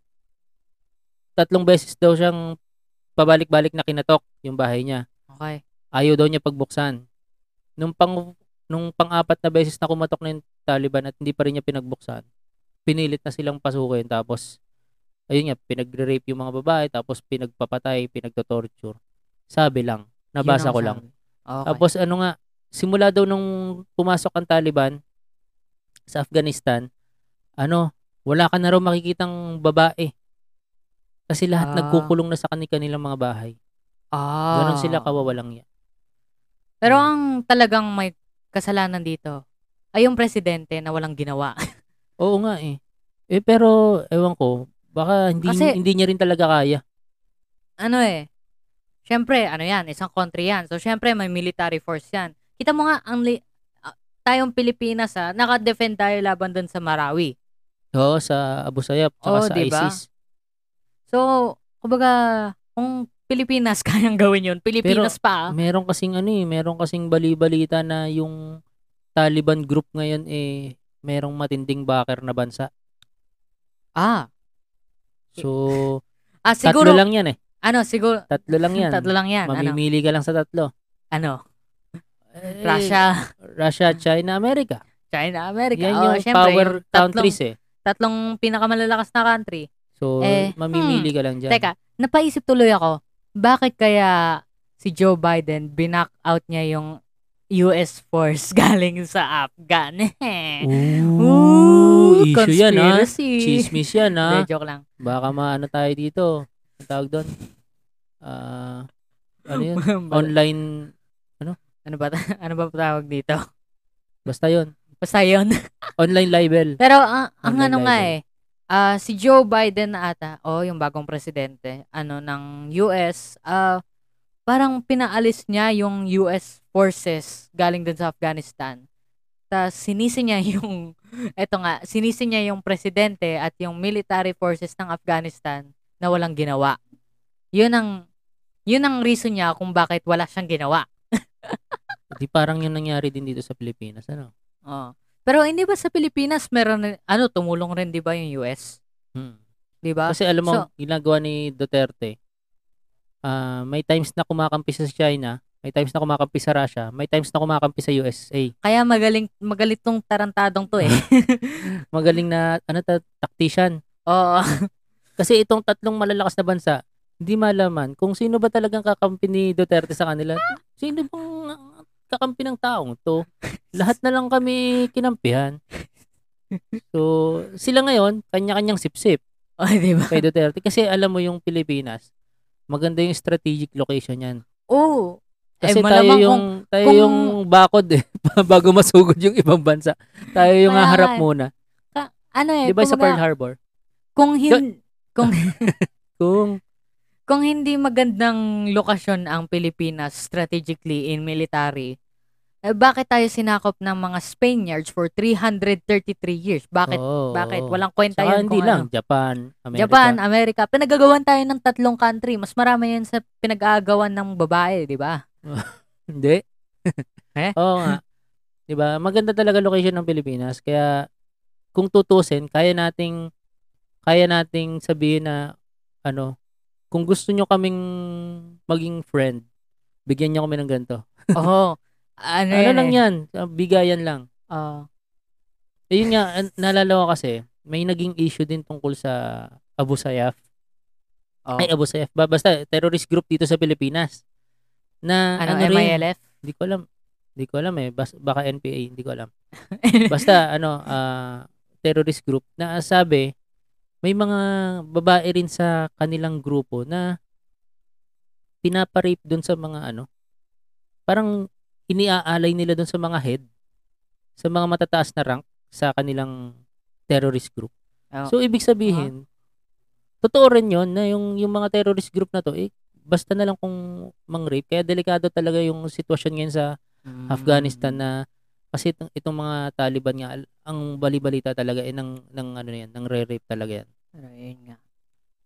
B: Tatlong beses daw siyang pabalik-balik na kinatok yung bahay niya.
A: Okay.
B: Ayaw daw niya pagbuksan. Nung pang nung pang-apat na beses na kumatok na yung Taliban at hindi pa rin niya pinagbuksan, pinilit na silang pasukin tapos ayun nga, pinagre-rape yung mga babae tapos pinagpapatay, pinagto-torture. Sabi lang,
A: Yun
B: nabasa
A: ang
B: ko lang.
A: sabi. Okay.
B: Tapos ano nga, simula daw nung pumasok ang Taliban sa Afghanistan, ano, wala ka na raw makikitang babae. Kasi
A: Ah.
B: lahat nagkukulong na sa kanilang mga bahay.
A: ah.
B: Ganon sila kawawalang yan.
A: Pero ang talagang may kasalanan dito ay yung presidente na walang ginawa.
B: Oo nga eh. Eh pero, ewan ko, baka hindi,
A: Kasi-
B: hindi niya rin talaga kaya.
A: ano eh, syempre, ano yan, isang country yan. So, syempre, may military force yan. Kita mo nga, ang li- ah, tayong Pilipinas, ha, nakadefend tayo laban dun sa Marawi.
B: Oo, sa Abu Sayyaf, tsaka
A: Oo,
B: sa
A: diba?
B: ISIS.
A: So, kumbaga, kung Pilipinas kayang gawin yun, Pilipinas pa.
B: Meron kasing ano eh, meron kasing bali-balita na yung Taliban group ngayon eh, merong matinding backer na bansa.
A: Ah,
B: So,
A: ah siguro,
B: tatlo lang yan eh.
A: ano, siguro,
B: Tatlo lang yan.
A: tatlo lang yan. Ano,
B: Mamimili ka lang sa tatlo.
A: ano
B: Eh,
A: Russia,
B: Russia, China, America.
A: China, America.
B: Yan
A: Oh,
B: yung
A: syempre,
B: power
A: yung tatlong,
B: countries eh.
A: Tatlong pinakamalalakas na country.
B: So,
A: Eh,
B: mamimili ka lang dyan.
A: Teka, napaisip tuloy ako, bakit kaya si Joe Biden binack out niya yung US force galing sa Afghan?
B: Ooh, issue yan ah. ha.
A: conspiracy.
B: Chismis yan
A: Hindi,
B: ha.
A: joke lang.
B: Baka maano tayo dito. Ang tawag doon. Ah, ano yun? Online,
A: ano ba ano ba tawag dito?
B: basta yun.
A: Basta yun.
B: Online libel.
A: Pero ang, ang
B: Online
A: ano nga
B: libel.
A: eh, ah, si Joe Biden na ata, oh, yung bagong presidente ano ng US, ah, parang pinaalis niya yung US forces galing dun sa Afghanistan. Tapos sinisi niya yung, eto nga, sinisi niya yung presidente at yung military forces ng Afghanistan na walang ginawa. Yun ang, yun ang reason niya kung bakit wala siyang ginawa.
B: Di parang yun nangyari din dito sa Pilipinas. Ano?
A: Oh. Pero hindi ba sa Pilipinas meron rin- ano tumulong rin 'di ba yung US?
B: Hmm.
A: 'Di ba?
B: Kasi alam mo,
A: Diba? So-
B: ginagawa ni Duterte, ah, may times na kumakampi sa China, may times na kumakampi sa Russia, may times na kumakampi sa USA.
A: Kaya magaling magalit tong tarantadong 'to eh.
B: Magaling na, ano ta, tactician.
A: Oo.
B: Kasi itong tatlong malalakas na bansa, hindi malaman kung sino ba talagang kakampi ni Duterte sa kanila. Sino bang ah, kakampi ng taong to? Lahat na lang kami kinampihan. So, sila ngayon, kanya-kanyang sip-sip
A: Oh, 'di ba?
B: kay Duterte. Kasi alam mo yung Pilipinas, maganda yung strategic location yan.
A: Oo. Eh,
B: Kasi tayo
A: malamang
B: yung tayo
A: kung-
B: yung bakod eh bago masugod yung ibang bansa. Tayo yung
A: Kaya
B: haharap
A: nga eh.
B: muna.
A: Ano eh,
B: 'Di ba sa
A: kumbaga,
B: Pearl Harbor?
A: kung hin kung
B: Kung
A: kung hindi magandang lokasyon ang Pilipinas strategically in military, eh, bakit tayo sinakop ng mga Spaniards for 333 years? Bakit?
B: Oo,
A: bakit?
B: oo.
A: Walang kwenta
B: Saka
A: yun
B: hindi
A: kung
B: lang
A: ano.
B: Japan, America.
A: Japan, Amerika. Pinagagawan tayo ng tatlong country. Mas marami yan sa pinag-aagawan ng babae, di ba?
B: Hindi.
A: Eh?
B: Oo nga. 'Di ba? Maganda talaga location ng Pilipinas kaya kung tutusin, kaya nating kaya nating sabihin na ano, kung gusto nyo kaming maging friend, bigyan nyo kami ng ganito.
A: Oo. Ano,
B: Ano
A: yun
B: lang
A: eh.
B: yan? Bigayan lang.
A: Oo.
B: Eh, yun nga, an- naalala ko kasi, may naging issue din tungkol sa Abu Sayyaf.
A: Oo.
B: Ay, Abu Sayyaf ba? Basta, terrorist group dito sa Pilipinas. Na,
A: ano,
B: ano, rin,
A: MILF?
B: hindi ko alam. Hindi ko alam eh. Bas, baka NPA, hindi ko alam. Basta, ano, ah, terrorist group na sabi, may mga babae rin sa kanilang grupo na pinaparape doon sa mga ano, parang iniaalay nila doon sa mga head, sa mga matataas na rank sa kanilang terrorist group.
A: Oh.
B: So, ibig sabihin, totoo rin yon na yung, yung mga terrorist group na to, eh, basta na lang kung mang-rape. Kaya delikado talaga yung sitwasyon ngayon sa
A: Mm.
B: Afghanistan na kasi itong, itong mga Taliban nga al- ang balibalita talaga eh ng ng ano na yan, ng re-rape talaga yan.
A: Pero yun nga. Mm.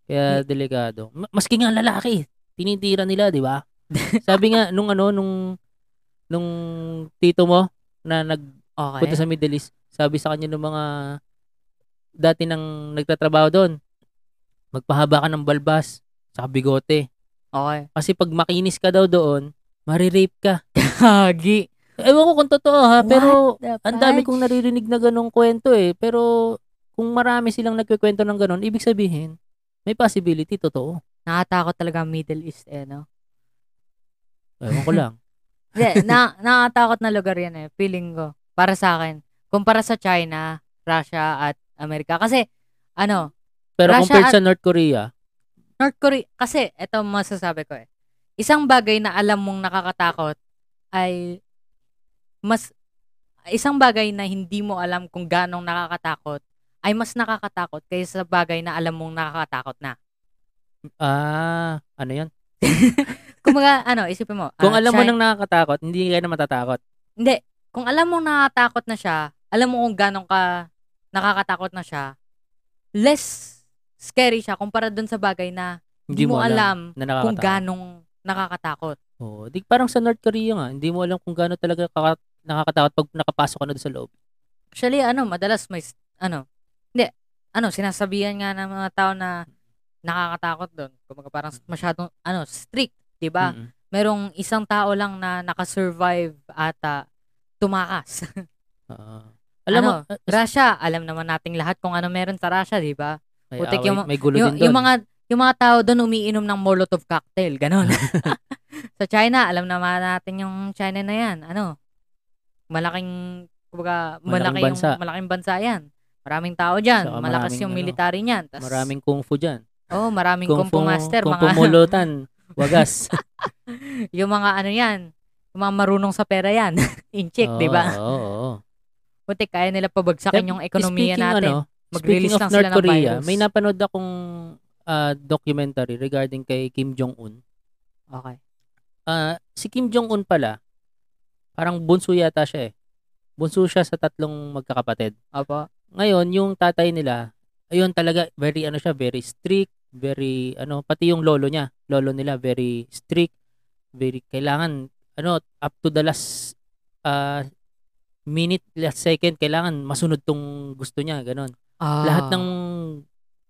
B: Kaya delikado. Ma- Maski nga lalaki, tinitira nila, 'di ba? Sabi nga nung ano nung nung tito mo na nagpunta
A: Okay.
B: sa Middle East, sabi sa kanya ng mga dati nang nagtatrabaho doon, magpahaba ka ng balbas sa bigote.
A: Okay.
B: Kasi pag makinis ka daw doon, marirape ka.
A: Hagi.
B: Ewan ko kung totoo ha,
A: What?
B: pero Ang
A: Ah, Ang
B: dami kong naririnig na ganong kwento eh. Pero kung marami silang nagkikwento ng ganon, ibig sabihin, may possibility, totoo.
A: Nakatakot talaga ang Middle East eh, no?
B: Ewan ko lang.
A: Hindi, na, nakatakot na lugar yan eh. Feeling ko. Para sa akin. Kumpara sa China, Russia, at Amerika. Kasi, ano,
B: Pero
A: Russia
B: compared sa North Korea,
A: North Korea, kasi, eto masasabi ko eh. Isang bagay na alam mong nakakatakot ay mas, isang bagay na hindi mo alam kung ganong nakakatakot ay mas nakakatakot kaysa sa bagay na alam mong nakakatakot na.
B: ah, ano yun?
A: Kung mga, ano, isipin mo.
B: Kung
A: ah,
B: alam mo
A: China-
B: nang nakakatakot, hindi ka na matatakot.
A: Hindi. Kung alam mong nakakatakot na siya, alam mo kung gano'ng ka nakakatakot na siya, less scary siya kumpara dun sa bagay na
B: Hindi mo alam, na nakakatakot.
A: kung gano'ng nakakatakot.
B: Oo, di, parang sa North Korea nga, hindi mo alam kung gaano talaga kaka- nakakatakot pag nakapasok ka na doon sa loob.
A: Actually, ano, madalas may, s- ano, hindi, ano, sinasabihan nga ng mga tao na nakakatakot doon. Kumbaga parang masyadong, ano, strict, di ba?
B: Mm-mm.
A: Merong isang tao lang na nakasurvive ah, ata tumakas.
B: Oo. alam
A: Ano,
B: mo, eh,
A: Russia, alam naman nating lahat kung ano meron sa Russia, di ba?
B: may,
A: putik
B: away,
A: yung mga-
B: may gulo
A: yung,
B: din doon.
A: yung mga yung mga tao doon umiinom ng Molotov cocktail, ganun. sa China, alam naman natin yung China na 'yan, ano. Malaking kumbaga, malaki
B: Malaking bansa.
A: yung malaking bansa 'yan. Maraming tao diyan,
B: Saka
A: malakas
B: maraming,
A: yung
B: ano,
A: military niyan. Tas,
B: Maraming kung fu dyan.
A: Oh, maraming kung
B: fu-
A: master,
B: kung
A: mga
B: fu mulutan, wagas.
A: yung mga ano 'yan, yung mga marunong sa pera 'yan. Inchik,
B: Oo,
A: 'di ba?
B: Oo, oo.
A: Puti kaya nila pabagsakin yung ekonomiya
B: Speaking,
A: natin.
B: ano,
A: Mag-release
B: speaking of
A: lang sila
B: North
A: ng
B: Korea,
A: virus.
B: may napanood akong ah, documentary regarding kay Kim Jong-un.
A: Okay.
B: Ah, si Kim Jong-un pala, parang bunso yata siya eh. Bunso siya sa tatlong magkakapatid.
A: Opo.
B: Ngayon, yung tatay nila, ayun talaga, very ano siya, very strict, very ano, pati yung lolo niya, lolo nila, very strict, very kailangan, ano, up to the last ah, minute, last second, kailangan masunod tong gusto niya, ganun.
A: Ah,
B: lahat ng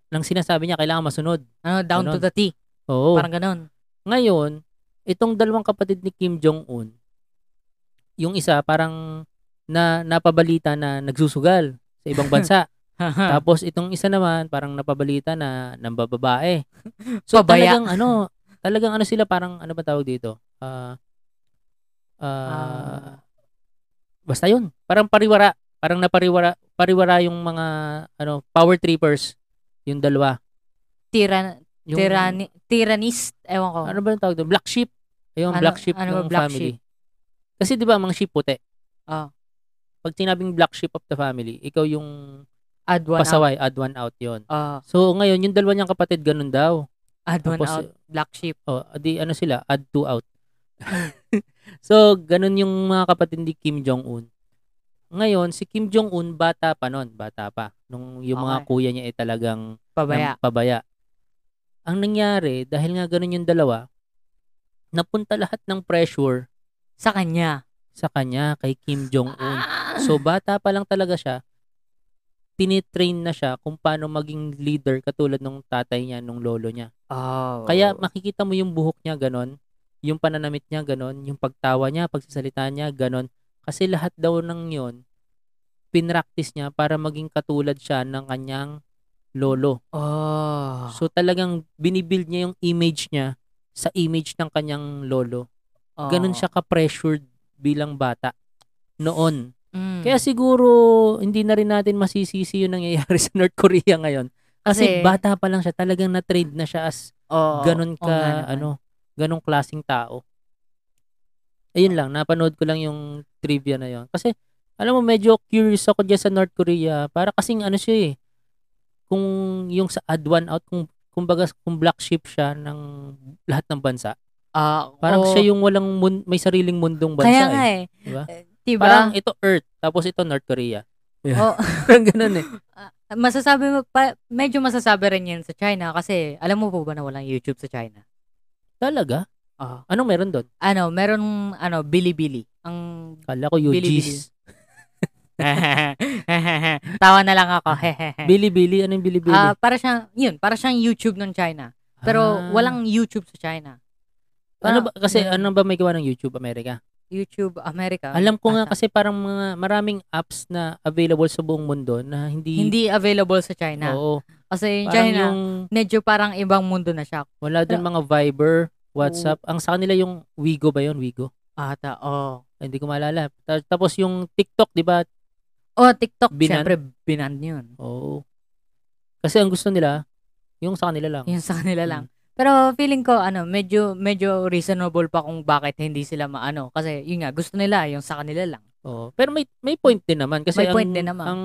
B: ng sinasabi niya kailangan masunod.
A: ano, down to
B: ganun.
A: the T,
B: Oo.
A: parang ganun.
B: Ngayon, itong dalawang kapatid ni Kim Jong Un, yung isa parang na napabalita na nagsusugal sa ibang bansa.
A: Ah.
B: Tapos itong isa naman parang napabalita na nambababae. So
A: Pabaya.
B: talagang ano, talagang ano sila parang ano ba tawag dito? Ah ah,
A: Ah.
B: basta yun. Parang pariwara. Parang napariwara. Pariwara yung mga ano, power trippers. Yung dalawa.
A: Tiran
B: Yung,
A: Tirani, tyrannist, ewan ko.
B: Ano ba yung tawag doon? Black sheep. Ayun,
A: oh. Ano-
B: black sheep
A: ano ba
B: ng
A: black
B: family. Kasi di ba, mga sheep puti.
A: Ah.
B: Pag sinabing black sheep of the family, ikaw yung
A: add one out.
B: pasaway, add one out yon
A: Ah,
B: So, ngayon, yung dalawa niyang kapatid, ganun daw.
A: add one
B: Tapos,
A: out, black sheep.
B: Oh, di ano sila, add two out. so, ganun yung mga kapatid ni Kim Jong-un. Ngayon, si Kim Jong-un bata pa noon, bata pa. Nung yung mga
A: Okay.
B: kuya niya ay talagang
A: Pabaya.
B: ng pabaya. Ang nangyari, dahil nga ganun yung dalawa, napunta lahat ng pressure
A: Sa kanya.
B: sa kanya kay Kim Jong-un. So, bata pa lang talaga siya, tinitrain na siya kung paano maging leader katulad nung tatay niya, nung lolo niya.
A: oh.
B: Kaya makikita mo yung buhok niya ganon, yung pananamit niya ganon, yung pagtawa niya, pagsasalita niya ganon. Kasi lahat daw ng yon pinractice niya para maging katulad siya ng kanyang lolo.
A: oh.
B: So talagang binibuild niya yung image niya sa image ng kanyang lolo.
A: oh.
B: Ganon siya ka-pressured bilang bata noon.
A: Mm.
B: Kaya siguro hindi na rin natin masisisi yung nangyayari sa North Korea ngayon. Kasi,
A: Kasi-
B: bata pa lang siya, talagang na-trained na siya as
A: Oo.
B: ganon
A: Oo
B: ka,
A: Oh. nga naman.
B: ano, ganong klasing tao. Ayun lang, napanood ko lang yung trivia na yon. Kasi, alam mo, medyo curious ako dyan sa North Korea. Para kasing ano siya eh, kung yung sa add one out, kung kumbaga kung black sheep siya ng lahat ng bansa.
A: Ah,
B: Parang
A: oo.
B: siya yung walang mun- may sariling mundong bansa.
A: Kaya nga
B: eh.
A: eh.
B: Diba?
A: Eh, Diba?
B: Parang ito Earth, tapos ito North Korea.
A: Oo.
B: Parang ganun eh.
A: Ah, masasabi mo, pa, medyo masasabi rin yan sa China kasi alam mo po ba na walang YouTube sa China?
B: Talaga?
A: Oo.
B: Anong meron doon?
A: Ano, meron ano, Bilibili. Ang
B: Kala ko
A: Bilibili.
B: UGs.
A: tawa na lang ako.
B: Bilibili, ano yung Bilibili?
A: Ah, para siyang, yun, para siyang YouTube ng China. Pero
B: Ah.
A: walang YouTube sa China.
B: ano ba, kasi
A: Ah,
B: ano ba may gawa ng YouTube America?
A: YouTube America.
B: Alam ko nga
A: ata.
B: kasi parang mga maraming apps na available sa buong mundo na hindi
A: hindi available sa China.
B: Oo.
A: Kasi yung
B: Parang
A: China,
B: yung
A: medyo parang ibang mundo na siya.
B: wala doon mga Viber, WhatsApp. Ang sa kanila yung Wigo ba yun? Wigo. Ah,
A: Ata, oh.
B: Hindi ko maalala. Ta- Tapos yung TikTok, 'di ba?
A: Oh, TikTok,
B: Binan?
A: syempre, binand yun.
B: Oo. Kasi ang gusto nila yung sa kanila lang.
A: Yun sa kanila lang. Pero feeling ko ano, medyo medyo reasonable pa kung bakit hindi sila maano kasi yun nga gusto nila yung sa kanila lang.
B: Oo. Pero may may point din naman kasi
A: May
B: ang,
A: point din naman.
B: ang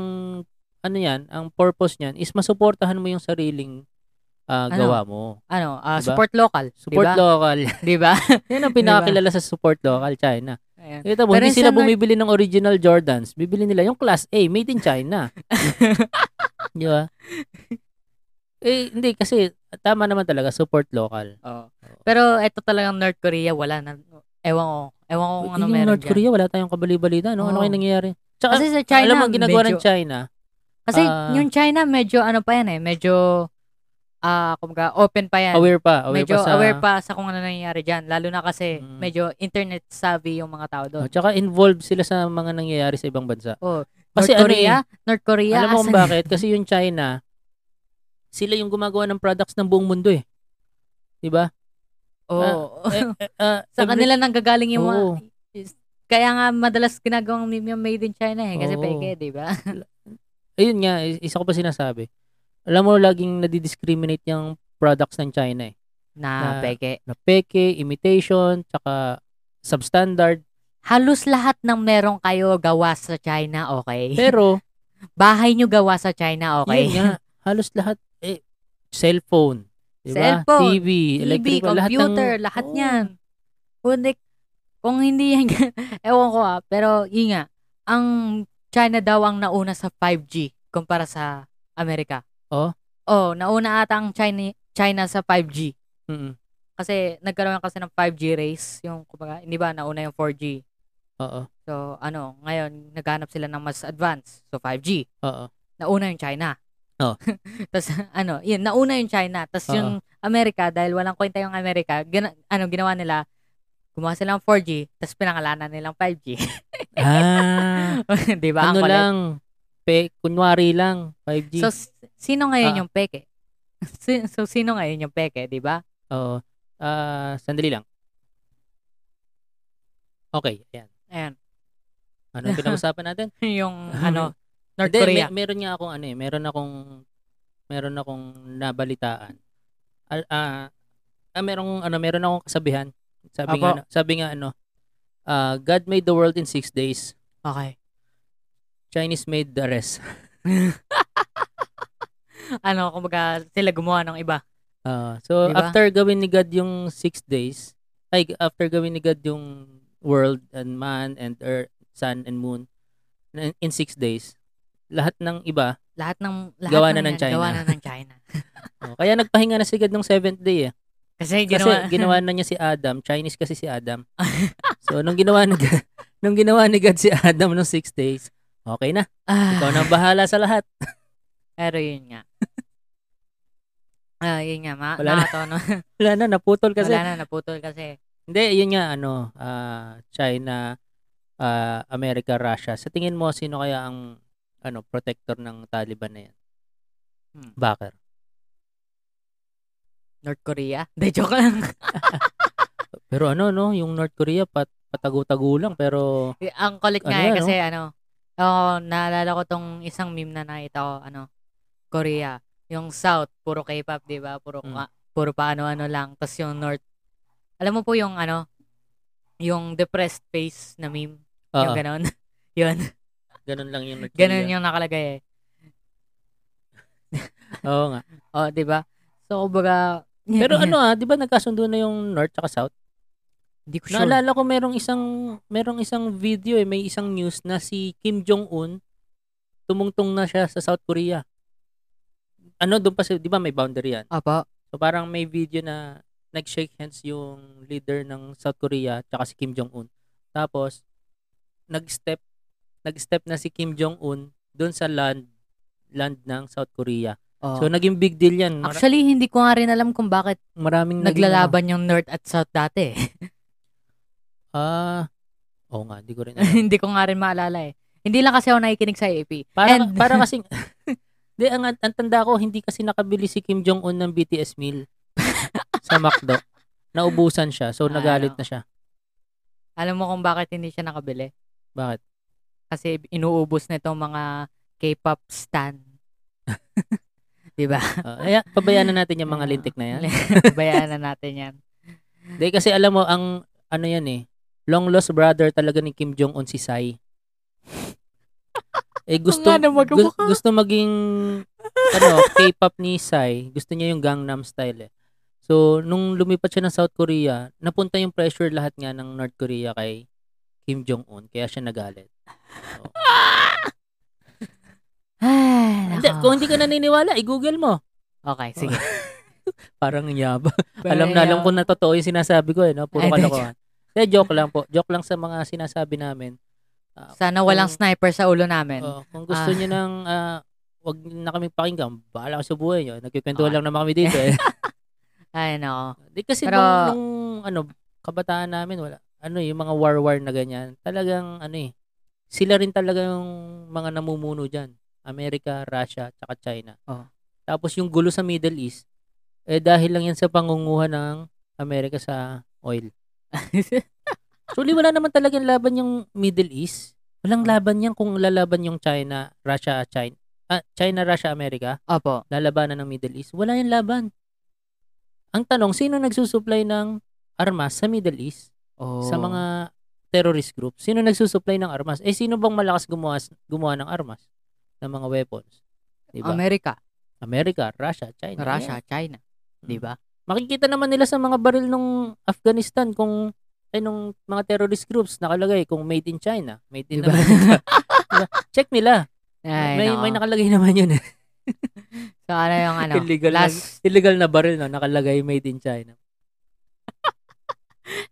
B: ano 'yan, ang purpose niyan is masuportahan mo yung sariling ah,
A: Ano?
B: gawa mo.
A: Ano, ah,
B: Diba?
A: support local,
B: Support
A: diba?
B: local.
A: Diba?
B: Yan ang pinakakilala sa support local, China.
A: Ayan.
B: Kita mo,
A: Pero
B: hindi
A: yung
B: sila
A: sa North-
B: bumibili ng original Jordans. Bibili nila yung class A, made in China. Di ba? Eh, hindi, kasi tama naman talaga, support local.
A: Oo. Pero ito talagang North Korea wala na ewan ko, ewan ko kung ano
B: Yung
A: meron
B: North
A: dyan.
B: Korea, wala tayong kabali-balita. No? Ano
A: Oo.
B: kayo nangyayari? Tsaka,
A: Kasi sa China,
B: alam mo, ang ginagawa
A: medyo,
B: ng China,
A: kasi
B: ah,
A: yung China medyo ano pa yan eh, medyo ah kumbaga open pa yan.
B: aware pa. Aware
A: medyo
B: pa sa,
A: aware pa sa kung ano nangyayari diyan, lalo na kasi
B: Mm.
A: medyo internet savvy yung mga tao doon.
B: Oh, tsaka involved sila sa mga nangyayari sa ibang bansa.
A: Oh,
B: Kasi
A: North
B: ano eh,
A: Korea, North Korea,
B: alam mo kung
A: asan-
B: bakit? Kasi yung China, sila yung gumagawa ng products ng buong mundo eh. Di ba?
A: Oo.
B: Eh, eh, ah,
A: sa
B: every-
A: kanila nang gagaling yung mga...
B: Oo.
A: is- Kaya nga madalas ginagawang meme yung made in China eh. Kasi
B: Oo.
A: peke, di ba?
B: ayun nga, is- isa ko pa sinasabi. Alam mo, laging nadidiscriminate yung products ng China eh.
A: Na,
B: Na-
A: peke.
B: Na peke, imitation, tsaka substandard.
A: Halos lahat ng meron kayo gawa sa China, okay?
B: Pero,
A: Bahay nyo gawa sa China,
B: yun
A: okay?
B: nga, halos lahat, eh, cellphone, diba?
A: Cellphone,
B: TV,
A: TV,
B: electrical, lahat ng-
A: computer, lahat,
B: Oo.
A: niyan. Kundi, kung hindi yan, ewan ko ah, pero yun nga, ang China daw ang nauna sa 5G kumpara sa Amerika.
B: Oh?
A: Oh, nauna ata ang China, China sa 5G.
B: Mm-mm.
A: Kasi nagkaroon kasi ng 5G race, yung kumbaga, hindi ba nauna yung 4G.
B: Oo,
A: So ano, ngayon naghanap sila ng mas advanced, so 5G.
B: oo.
A: Nauna yung China.
B: Oh.
A: Tapos ano, yun, nauna yung China. Tapos
B: Oo.
A: yung Amerika, dahil walang kwenta yung Amerika, gina- ano, ginawa nila, gumawa sila ng 4G, tapos pinangalanan nilang 5G.
B: Ah,
A: Di ba? Ang
B: ano
A: kulit.
B: lang, pe, kunwari lang, 5G.
A: So, s- sino ngayon
B: Ah.
A: yung peke? Si- so, sino ngayon yung peke, di ba?
B: oo. Ah, sandali lang. Okay, ayan.
A: Ayan.
B: Ano pinag-usapan natin?
A: Yung, ano, North
B: Hindi,
A: Korea.
B: May, meron nga akong ano eh, meron akong meron akong nabalitaan. Ah, ah, ah, merong ano, meron akong kasabihan.
A: Apo.
B: Sabi nga ano- sabi nga ano, ah, God made the world in six days.
A: Okay.
B: Chinese made the rest.
A: Ano, kumbaga, sila gumawa ng iba.
B: Ah, so
A: Diba?
B: after gawin ni God yung six days, ay after gawin ni God yung world and man and earth, sun and moon in, in six days, lahat ng iba
A: Lahat ng lahat
B: Gawa na ng
A: yan,
B: China.
A: Gawa na ng China.
B: oh, kaya nagpahinga na si God nung seventh day eh.
A: Kasi
B: Kasi
A: ginawa,
B: ginawa na niya si Adam, Chinese kasi si Adam. so nung ginawa ni God, nung ginawa ni God si Adam nung six days, okay na.
A: Ah,
B: Ikaw na ang bahala sa lahat.
A: Pero yun nga. Ah, yun nga, ma-
B: Wala na.
A: nakakatawa, no?
B: Wala na naputol kasi.
A: Wala na naputol kasi.
B: Hindi, yun nga ano, ah, China, ah, America, Russia. Sa tingin mo sino kaya ang ano protector ng Taliban na yan?
A: Hmm.
B: Bakar.
A: North Korea. De joke lang.
B: Pero ano no, yung North Korea pat patago-tago lang pero
A: Ang kulit nga
B: Ano
A: eh,
B: yan,
A: kasi ano, oh, naalala ko tong isang meme na nakita ko, ano, Korea. Yung South, puro K-pop, di ba? Puro,
B: Mm.
A: ka- puro paano-ano lang. Tapos yung North, alam mo po yung ano, yung depressed face na meme.
B: ah,
A: Yung ganon. yun.
B: ganun lang yung North Korea.
A: Ganon yung nakalagay eh.
B: Oo nga.
A: Oh, 'di ba? So, kumbaga,
B: Pero ano ah, 'di ba nagkasundo na yung north at south?
A: Hindi ko sure.
B: Naalala ko merong isang merong isang video eh, may isang news na si Kim Jong Un tumungtong na siya sa South Korea. Ano doon pa sa 'di ba may boundary yan?
A: Apa?
B: So parang may video na nag-shake hands yung leader ng South Korea tsaka si Kim Jong-un. Tapos nag-step nag-step na si Kim Jong-un doon sa land land ng South Korea.
A: Oo.
B: So naging big deal 'yan.
A: Oh.
B: Mara-
A: Actually, hindi ko nga rin alam kung bakit
B: maraming naging,
A: naglalaban yung North at South dati. eh.
B: ano, Ah. oo nga, di ko rin alam.
A: hindi ko nga rin maalala eh. Hindi lang kasi ako nakikinig sa AP.
B: Para
A: And-
B: para kasi Di ang, ang tanda ko hindi kasi nakabili si Kim Jong Un ng BTS meal sa McDo. Naubusan siya. So
A: Ah,
B: nagalit
A: ano.
B: na siya.
A: Alam mo kung bakit hindi siya nakabili?
B: Bakit?
A: Kasi inuubos na itong mga K-pop stan. diba?
B: Ah, ayan, pabayaan na natin yung mga lintik na yan.
A: Bayaan Ah. na natin yan.
B: Dahil kasi alam mo, ang ano yan eh, long lost brother talaga ni Kim Jong-un si Sai. eh gusto,
A: nga na magkamukha.
B: gus- gusto maging ano, K-pop ni Sai, gusto niya yung Gangnam style eh. So, nung lumipat siya ng South Korea, napunta yung pressure lahat nga ng North Korea kay Kim Jong-un. Kaya siya nagalit. So,
A: Ay,
B: hindi,
A: nako.
B: kung hindi ka naniniwala, i-google mo.
A: Okay, sige.
B: Parang yaba. alam na alam ko na totoo yung sinasabi ko eh. No? Puro
A: Ay, thank
B: kalokohan. Kaya joke lang po. Joke lang sa mga sinasabi namin.
A: Sana walang
B: Kung- Oh.
A: sniper sa ulo namin.
B: Oo, kung gusto
A: Ah.
B: niyo ng ah, wag na kaming pakinggan, bahala kayo sa buhay niyo. Nagkikwentuhan
A: Okay.
B: lang naman kami dito eh.
A: Ay, nako.
B: Di kasi
A: Pero-
B: nung, nung, ano kabataan namin wala ano eh, yung mga war-war na ganyan. Talagang ano eh sila rin talaga yung mga namumuno diyan. Amerika, Russia, tsaka China.
A: Oo.
B: Tapos yung gulo sa Middle East eh dahil lang yan sa pangunguha ng Amerika sa oil. So, li- wala naman talagang laban yung Middle East. Walang laban yan kung lalaban yung China, Russia, China. ah, China, Russia, Amerika,
A: Opo.
B: lalabanan ng Middle East. Wala yung laban. Ang tanong, sino nagsusupply ng armas sa Middle East? Sa
A: Oh.
B: mga terrorist group? Sino nagsusupply ng armas? Eh, sino bang malakas gumawa, gumawa ng armas? Ng mga weapons? Diba?
A: Oh. Amerika,
B: Amerika, Russia, China.
A: Russia, China.
B: Mm.
A: Diba?
B: Makikita naman nila sa mga baril nung Afghanistan kung ay nung mga terrorist groups nakalagay kung made in China, made in
A: Diba?
B: America. Diba? Check nila.
A: Ay,
B: Hmm. may
A: nako.
B: may nakalagay naman yun. eh.
A: So, ano yung ano?
B: Illegal na-
A: last,
B: Illegal na baril no, nakalagay made in China.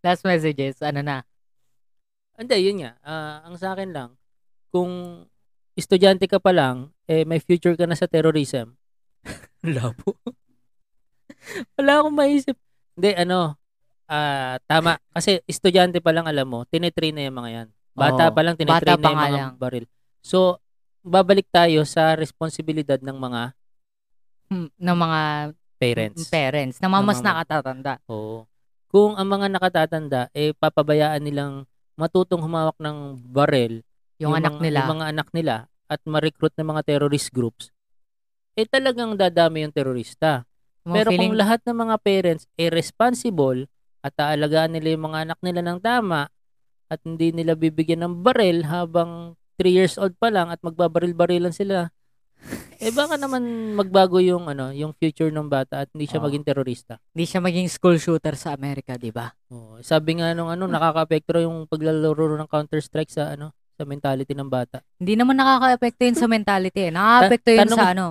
A: last messages, ano na?
B: Hindi, yun nga. Ah, ang sa akin lang, kung estudyante ka pa lang, eh may future ka na sa terrorism. Labo. Wala akong maisip. Hindi, ano, ah, tama. Kasi estudyante pa lang, alam mo, tinetrain na yung mga yan. Bata
A: Oo.
B: pa lang, tinetrain
A: Bata pa
B: na yung
A: nga
B: mga
A: lang.
B: baril. So, babalik tayo sa responsibilidad ng mga
A: Hmm, ng mga
B: parents.
A: Mm, parents na mamas
B: Ng mga-
A: nakatatanda.
B: Oo. Kung ang mga nakatatanda, eh papabayaan nilang matutong humawak ng baril
A: Yung, anak
B: mga,
A: nila.
B: yung mga anak nila at ma-recruit ng mga terrorist groups, eh talagang dadami yung terorista.
A: Mga
B: Pero
A: feeling,
B: kung lahat ng mga parents ay responsible at aalagaan nila yung mga anak nila ng tama at hindi nila bibigyan ng baril habang 3 years old pa lang at magbabaril-barilan sila, eh baka naman magbago yung ano, yung future ng bata at hindi siya
A: Oo.
B: maging terorista.
A: hindi siya maging school shooter sa Amerika, di ba?
B: Oo. sabi nga nung ano, nakaka-apekto raw yung paglalaro ng Counter-Strike sa ano, sa mentality ng bata.
A: Hindi naman nakaka-epekto yun sa mentality. Eh. Nakaka-epekto yun
B: Hmm. tanong-
A: sa ano.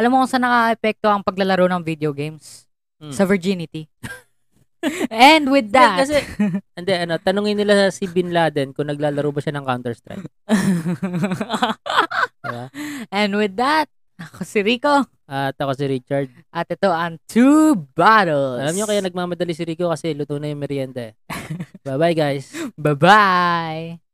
A: Alam mo kung saan nakaka-epekto ang paglalaro ng video games?
B: Hmm.
A: Sa virginity. And with
B: Hindi,
A: that,
B: Kasi, hindi, ano, tanungin nila si Bin Laden kung naglalaro ba siya ng Counter-Strike. Diba?
A: and with that, ako si Rico
B: At ako si Richard.
A: at ito ang Two Bottles.
B: Alam nyo kaya nagmamadali si Rico kasi luto na yung merienda eh. Bye-bye guys.
A: Bye-bye!